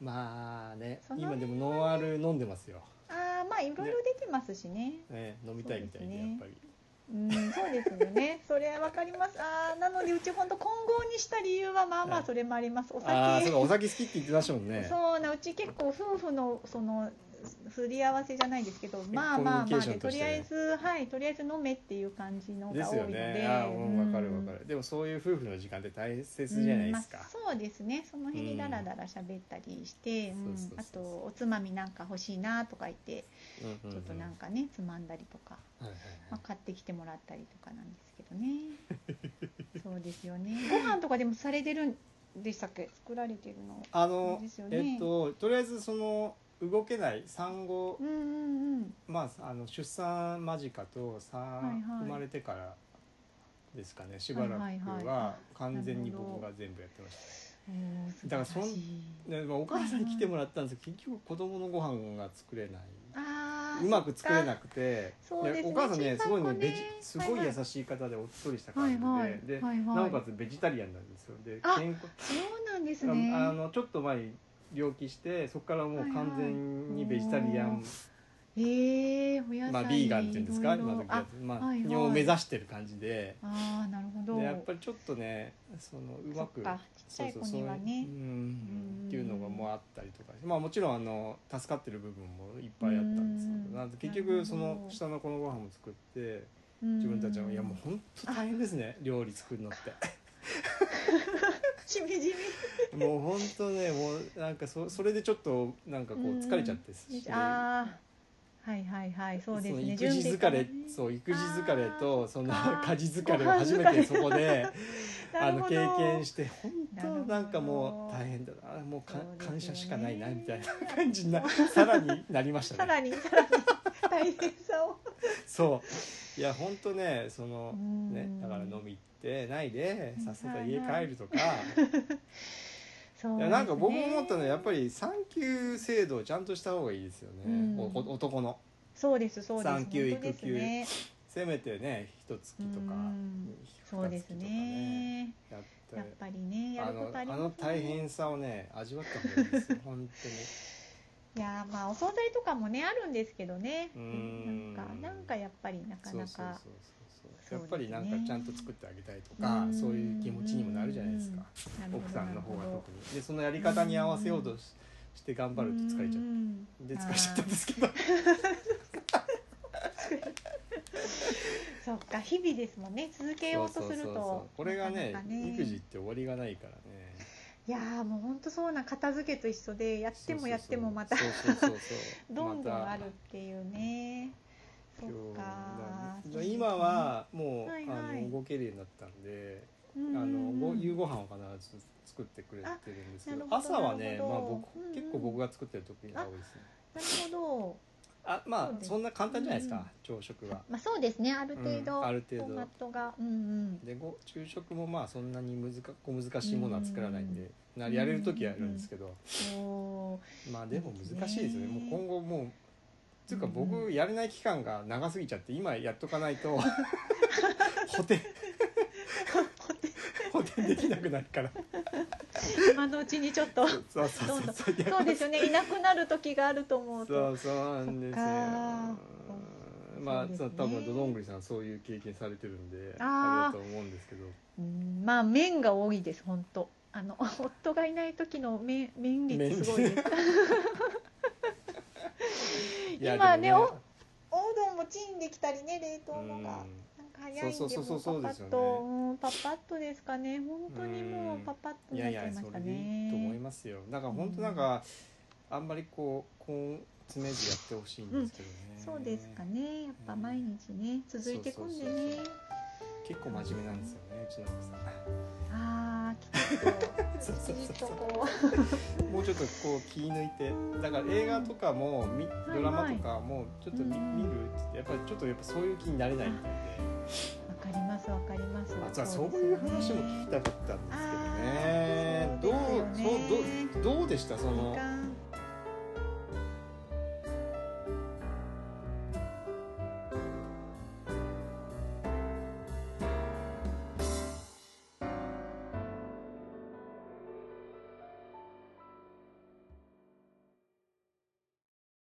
[SPEAKER 1] まあね
[SPEAKER 2] その
[SPEAKER 1] 今でもノンアル飲んでますよ、
[SPEAKER 2] ああまあいろいろできますしね
[SPEAKER 1] ね、飲みたいみたいで
[SPEAKER 2] そうです
[SPEAKER 1] や
[SPEAKER 2] ね
[SPEAKER 1] っぱり。
[SPEAKER 2] うんそうですよ ねそれはわかりますああなのでうち本当混合にした理由はまあま
[SPEAKER 1] は
[SPEAKER 2] あ
[SPEAKER 1] い
[SPEAKER 2] それもありますお
[SPEAKER 1] ああーそう
[SPEAKER 2] 酒
[SPEAKER 1] かお酒好きって言ってましたもんね
[SPEAKER 2] そうなうち結構夫婦のそのすり合わせじゃないですけどまあまあ
[SPEAKER 1] コミュニケ
[SPEAKER 2] まあ
[SPEAKER 1] ーシ
[SPEAKER 2] で
[SPEAKER 1] ョンと
[SPEAKER 2] と
[SPEAKER 1] して
[SPEAKER 2] りあえずはいとりあえず飲めっていう感じの
[SPEAKER 1] で
[SPEAKER 2] が多
[SPEAKER 1] す
[SPEAKER 2] い
[SPEAKER 1] よ
[SPEAKER 2] ので
[SPEAKER 1] ねあーうんわかるわか
[SPEAKER 2] うん
[SPEAKER 1] る、でもそういう夫婦の時間って大切じゃないですか、
[SPEAKER 2] うんまあそうですねその辺にダラダラ喋ったりして、
[SPEAKER 1] うん
[SPEAKER 2] うん
[SPEAKER 1] そうそう
[SPEAKER 2] あ
[SPEAKER 1] そ
[SPEAKER 2] と
[SPEAKER 1] うそう
[SPEAKER 2] おつまみなんか欲しいなとか言って
[SPEAKER 1] うんうんうん
[SPEAKER 2] ちょっとなんかねつまんだりとか、
[SPEAKER 1] はいはい
[SPEAKER 2] まあ、買ってきてもらったりとかなんですけどね そうですよねご飯とかでもされてるんでしたっけ作られてるの
[SPEAKER 1] あの、
[SPEAKER 2] ですよね
[SPEAKER 1] えっととりあえずその動けない産後
[SPEAKER 2] う、んうんうん
[SPEAKER 1] まああの出産間近と産、
[SPEAKER 2] はいはい
[SPEAKER 1] 生まれてからですかねしばら
[SPEAKER 2] はいはい
[SPEAKER 1] く
[SPEAKER 2] は
[SPEAKER 1] はい完全に
[SPEAKER 2] なるほど
[SPEAKER 1] 僕が全部やってました
[SPEAKER 2] おー素晴
[SPEAKER 1] だからそん
[SPEAKER 2] らしい
[SPEAKER 1] でまあお母さんに来てもらったんですけど結局子供のご飯が作れない
[SPEAKER 2] あー
[SPEAKER 1] うまく作れ
[SPEAKER 2] そっ
[SPEAKER 1] なくて
[SPEAKER 2] そっかそうですね
[SPEAKER 1] お母さんねすごいね
[SPEAKER 2] 小さい子ね
[SPEAKER 1] ベジすごい
[SPEAKER 2] はいは
[SPEAKER 1] 優
[SPEAKER 2] い
[SPEAKER 1] しい方でおっとりした
[SPEAKER 2] かは
[SPEAKER 1] 感
[SPEAKER 2] い
[SPEAKER 1] じで,、
[SPEAKER 2] はい
[SPEAKER 1] で
[SPEAKER 2] はいはい
[SPEAKER 1] なおかつベジタリアンなんですよで
[SPEAKER 2] あ
[SPEAKER 1] 健康
[SPEAKER 2] そうなんですね
[SPEAKER 1] ああのちょっと前に病気してそこからもう完全にベジタリアン、
[SPEAKER 2] はいはいええー、お野菜
[SPEAKER 1] まあビーガンっていうんですか
[SPEAKER 2] いろい
[SPEAKER 1] 今
[SPEAKER 2] ろ
[SPEAKER 1] の時はまあ
[SPEAKER 2] はいはい
[SPEAKER 1] 日本を目指してる感じで
[SPEAKER 2] ああなるほど
[SPEAKER 1] でやっぱりちょっとねそのうまく
[SPEAKER 2] そっかちっちゃい子には
[SPEAKER 1] う
[SPEAKER 2] ね
[SPEAKER 1] ん
[SPEAKER 2] うん
[SPEAKER 1] っていうのがもうあったりとかまあもちろんあの助かってる部分もいっぱいあったんです
[SPEAKER 2] うん
[SPEAKER 1] けどなんで結
[SPEAKER 2] なるほど
[SPEAKER 1] 局その下の子のご飯も作って自分たちは
[SPEAKER 2] ん
[SPEAKER 1] いやもう本当大変ですね料理作るのって
[SPEAKER 2] しみ じ
[SPEAKER 1] もう本当ねもうなんかそそれでちょっとなんかこう疲れちゃって
[SPEAKER 2] み
[SPEAKER 1] し
[SPEAKER 2] ああはいはいはいそうですね
[SPEAKER 1] その育児疲れ
[SPEAKER 2] 準備からね
[SPEAKER 1] そう育児疲れとその
[SPEAKER 2] あー
[SPEAKER 1] 家事疲れを初めてそこ であの経験
[SPEAKER 2] し
[SPEAKER 1] して本当なんかもう大変だなもうか
[SPEAKER 2] そう
[SPEAKER 1] 感
[SPEAKER 2] ですよね
[SPEAKER 1] 謝しかないなみたいな感じになさらになりました
[SPEAKER 2] さ
[SPEAKER 1] ね
[SPEAKER 2] らにさらに大変さを
[SPEAKER 1] そういや本当ねその
[SPEAKER 2] うん
[SPEAKER 1] ねだから飲み行ってないでさっさと
[SPEAKER 2] はい
[SPEAKER 1] 家
[SPEAKER 2] はい
[SPEAKER 1] 帰るとかい
[SPEAKER 2] そう
[SPEAKER 1] やなんか僕
[SPEAKER 2] で
[SPEAKER 1] も
[SPEAKER 2] すね
[SPEAKER 1] 思ったのはやっぱり産休制度をちゃんとした方がいいですよね
[SPEAKER 2] うん
[SPEAKER 1] おお男の
[SPEAKER 2] そうですそうです
[SPEAKER 1] 産休
[SPEAKER 2] 本当ですね
[SPEAKER 1] せめてね一月とか
[SPEAKER 2] うんそうです
[SPEAKER 1] 二月とかね
[SPEAKER 2] ね
[SPEAKER 1] やって
[SPEAKER 2] やっぱりねや
[SPEAKER 1] あ
[SPEAKER 2] るこ
[SPEAKER 1] の
[SPEAKER 2] とあ
[SPEAKER 1] あ
[SPEAKER 2] ります
[SPEAKER 1] の大変さをね味わった方がいいですよ本当に
[SPEAKER 2] いやーまあお惣菜とかもねあるんですけどね
[SPEAKER 1] う
[SPEAKER 2] なんんかなんかやっぱりなか
[SPEAKER 1] そう
[SPEAKER 2] な
[SPEAKER 1] そう
[SPEAKER 2] か
[SPEAKER 1] そうそう
[SPEAKER 2] そう
[SPEAKER 1] やっぱりなん
[SPEAKER 2] です
[SPEAKER 1] か
[SPEAKER 2] ね
[SPEAKER 1] ちゃんと作ってあげたいとか
[SPEAKER 2] うん
[SPEAKER 1] そういう気持ちにもなるじゃないですか
[SPEAKER 2] なるほど
[SPEAKER 1] 奥さんの方が
[SPEAKER 2] なるほ
[SPEAKER 1] 特にでそのやり方に合わせようとしして頑張
[SPEAKER 2] ど
[SPEAKER 1] ると疲れちゃ
[SPEAKER 2] う
[SPEAKER 1] うんで疲れちゃったんですけど
[SPEAKER 2] あーそっか日々ですもんね続けようとする
[SPEAKER 1] そうそうそう
[SPEAKER 2] と
[SPEAKER 1] これがね
[SPEAKER 2] なかなか
[SPEAKER 1] 育児って終わりがないからね
[SPEAKER 2] いやーもう本当そうな片付けと一緒でやってもやってもまた
[SPEAKER 1] そうそうそうそう
[SPEAKER 2] どんどん
[SPEAKER 1] また
[SPEAKER 2] あるっていうねそ
[SPEAKER 1] 今日
[SPEAKER 2] っか
[SPEAKER 1] だ今はもう、
[SPEAKER 2] はい
[SPEAKER 1] あ
[SPEAKER 2] はい
[SPEAKER 1] の動けるようになったんで、
[SPEAKER 2] うん
[SPEAKER 1] あのご夕ご飯を必ず作ってくれてるんですけ
[SPEAKER 2] あ
[SPEAKER 1] ど
[SPEAKER 2] なるほど
[SPEAKER 1] 朝はね、
[SPEAKER 2] なる
[SPEAKER 1] まあ、
[SPEAKER 2] ほど
[SPEAKER 1] 僕
[SPEAKER 2] うんうん
[SPEAKER 1] 結構僕が作ってる時が多いですね
[SPEAKER 2] なるほ
[SPEAKER 1] あま
[SPEAKER 2] そう
[SPEAKER 1] あ
[SPEAKER 2] です
[SPEAKER 1] そんな簡単じゃないです
[SPEAKER 2] うん
[SPEAKER 1] か、朝食は
[SPEAKER 2] ど、まあそうですねある程
[SPEAKER 1] う
[SPEAKER 2] 度
[SPEAKER 1] んあ
[SPEAKER 2] フ
[SPEAKER 1] る程
[SPEAKER 2] ォーマッ
[SPEAKER 1] 度
[SPEAKER 2] トがうんうん
[SPEAKER 1] でご昼食もまあそんなに難か小難しいものは作らないんで、なやれる時はやるんですけど、
[SPEAKER 2] おー
[SPEAKER 1] まあでも難しいですよね
[SPEAKER 2] ね
[SPEAKER 1] もう今後もうっていうか
[SPEAKER 2] うんう
[SPEAKER 1] 僕やれない期間が長すぎちゃって今やっとかない と補填補填できなくなるから
[SPEAKER 2] 今のうちにちょっと
[SPEAKER 1] そうそうそうそう
[SPEAKER 2] そうですよねいなくなる時があると思う
[SPEAKER 1] そ
[SPEAKER 2] と
[SPEAKER 1] うそうなんです
[SPEAKER 2] そ
[SPEAKER 1] よ
[SPEAKER 2] っか
[SPEAKER 1] まあ
[SPEAKER 2] そうです
[SPEAKER 1] そ
[SPEAKER 2] ね
[SPEAKER 1] う多分どどんぐりさんそういう経験されてるんで
[SPEAKER 2] あー
[SPEAKER 1] あれだと思うんですけど
[SPEAKER 2] うんまあ面が多いです本当あの夫がいない時の面面率すごいです
[SPEAKER 1] いや
[SPEAKER 2] 今ね
[SPEAKER 1] でも
[SPEAKER 2] おうどんもチンできたりね冷凍
[SPEAKER 1] う
[SPEAKER 2] の
[SPEAKER 1] ん
[SPEAKER 2] がなんか早いんで
[SPEAKER 1] そうそうそうそう
[SPEAKER 2] もう
[SPEAKER 1] そう
[SPEAKER 2] パパッ
[SPEAKER 1] です
[SPEAKER 2] と、
[SPEAKER 1] よ
[SPEAKER 2] うんパパッとですかね本当にもう
[SPEAKER 1] うん
[SPEAKER 2] パパッと
[SPEAKER 1] いや
[SPEAKER 2] な
[SPEAKER 1] い
[SPEAKER 2] っちゃ
[SPEAKER 1] や
[SPEAKER 2] いまし
[SPEAKER 1] そ
[SPEAKER 2] た
[SPEAKER 1] れでいいと思い
[SPEAKER 2] ね
[SPEAKER 1] ますよだから本当なんかあんまりこうこう詰めずやってほしいんですけどね、
[SPEAKER 2] そうですかねやっぱ毎日ね続いてくんで
[SPEAKER 1] そうそう
[SPEAKER 2] ね
[SPEAKER 1] そう結構真面目なんですよねうちの奥さん
[SPEAKER 2] ああきちっと
[SPEAKER 1] そうそうそう
[SPEAKER 2] きちっとこ
[SPEAKER 1] もうちょっとこう気抜いてだから映画とかもみドラマとかもちょっと見,、
[SPEAKER 2] うんうん
[SPEAKER 1] 見るって言ってやっぱりちょっとやっぱそういう気になれないみたいで。
[SPEAKER 2] うわかりますわかります
[SPEAKER 1] あとはそう
[SPEAKER 2] ですね
[SPEAKER 1] いう話も聞きたかったんですけどね。
[SPEAKER 2] あー
[SPEAKER 1] どう、
[SPEAKER 2] そうですよね
[SPEAKER 1] そう、どう、どうでした、そ
[SPEAKER 2] 時
[SPEAKER 1] の。
[SPEAKER 2] 間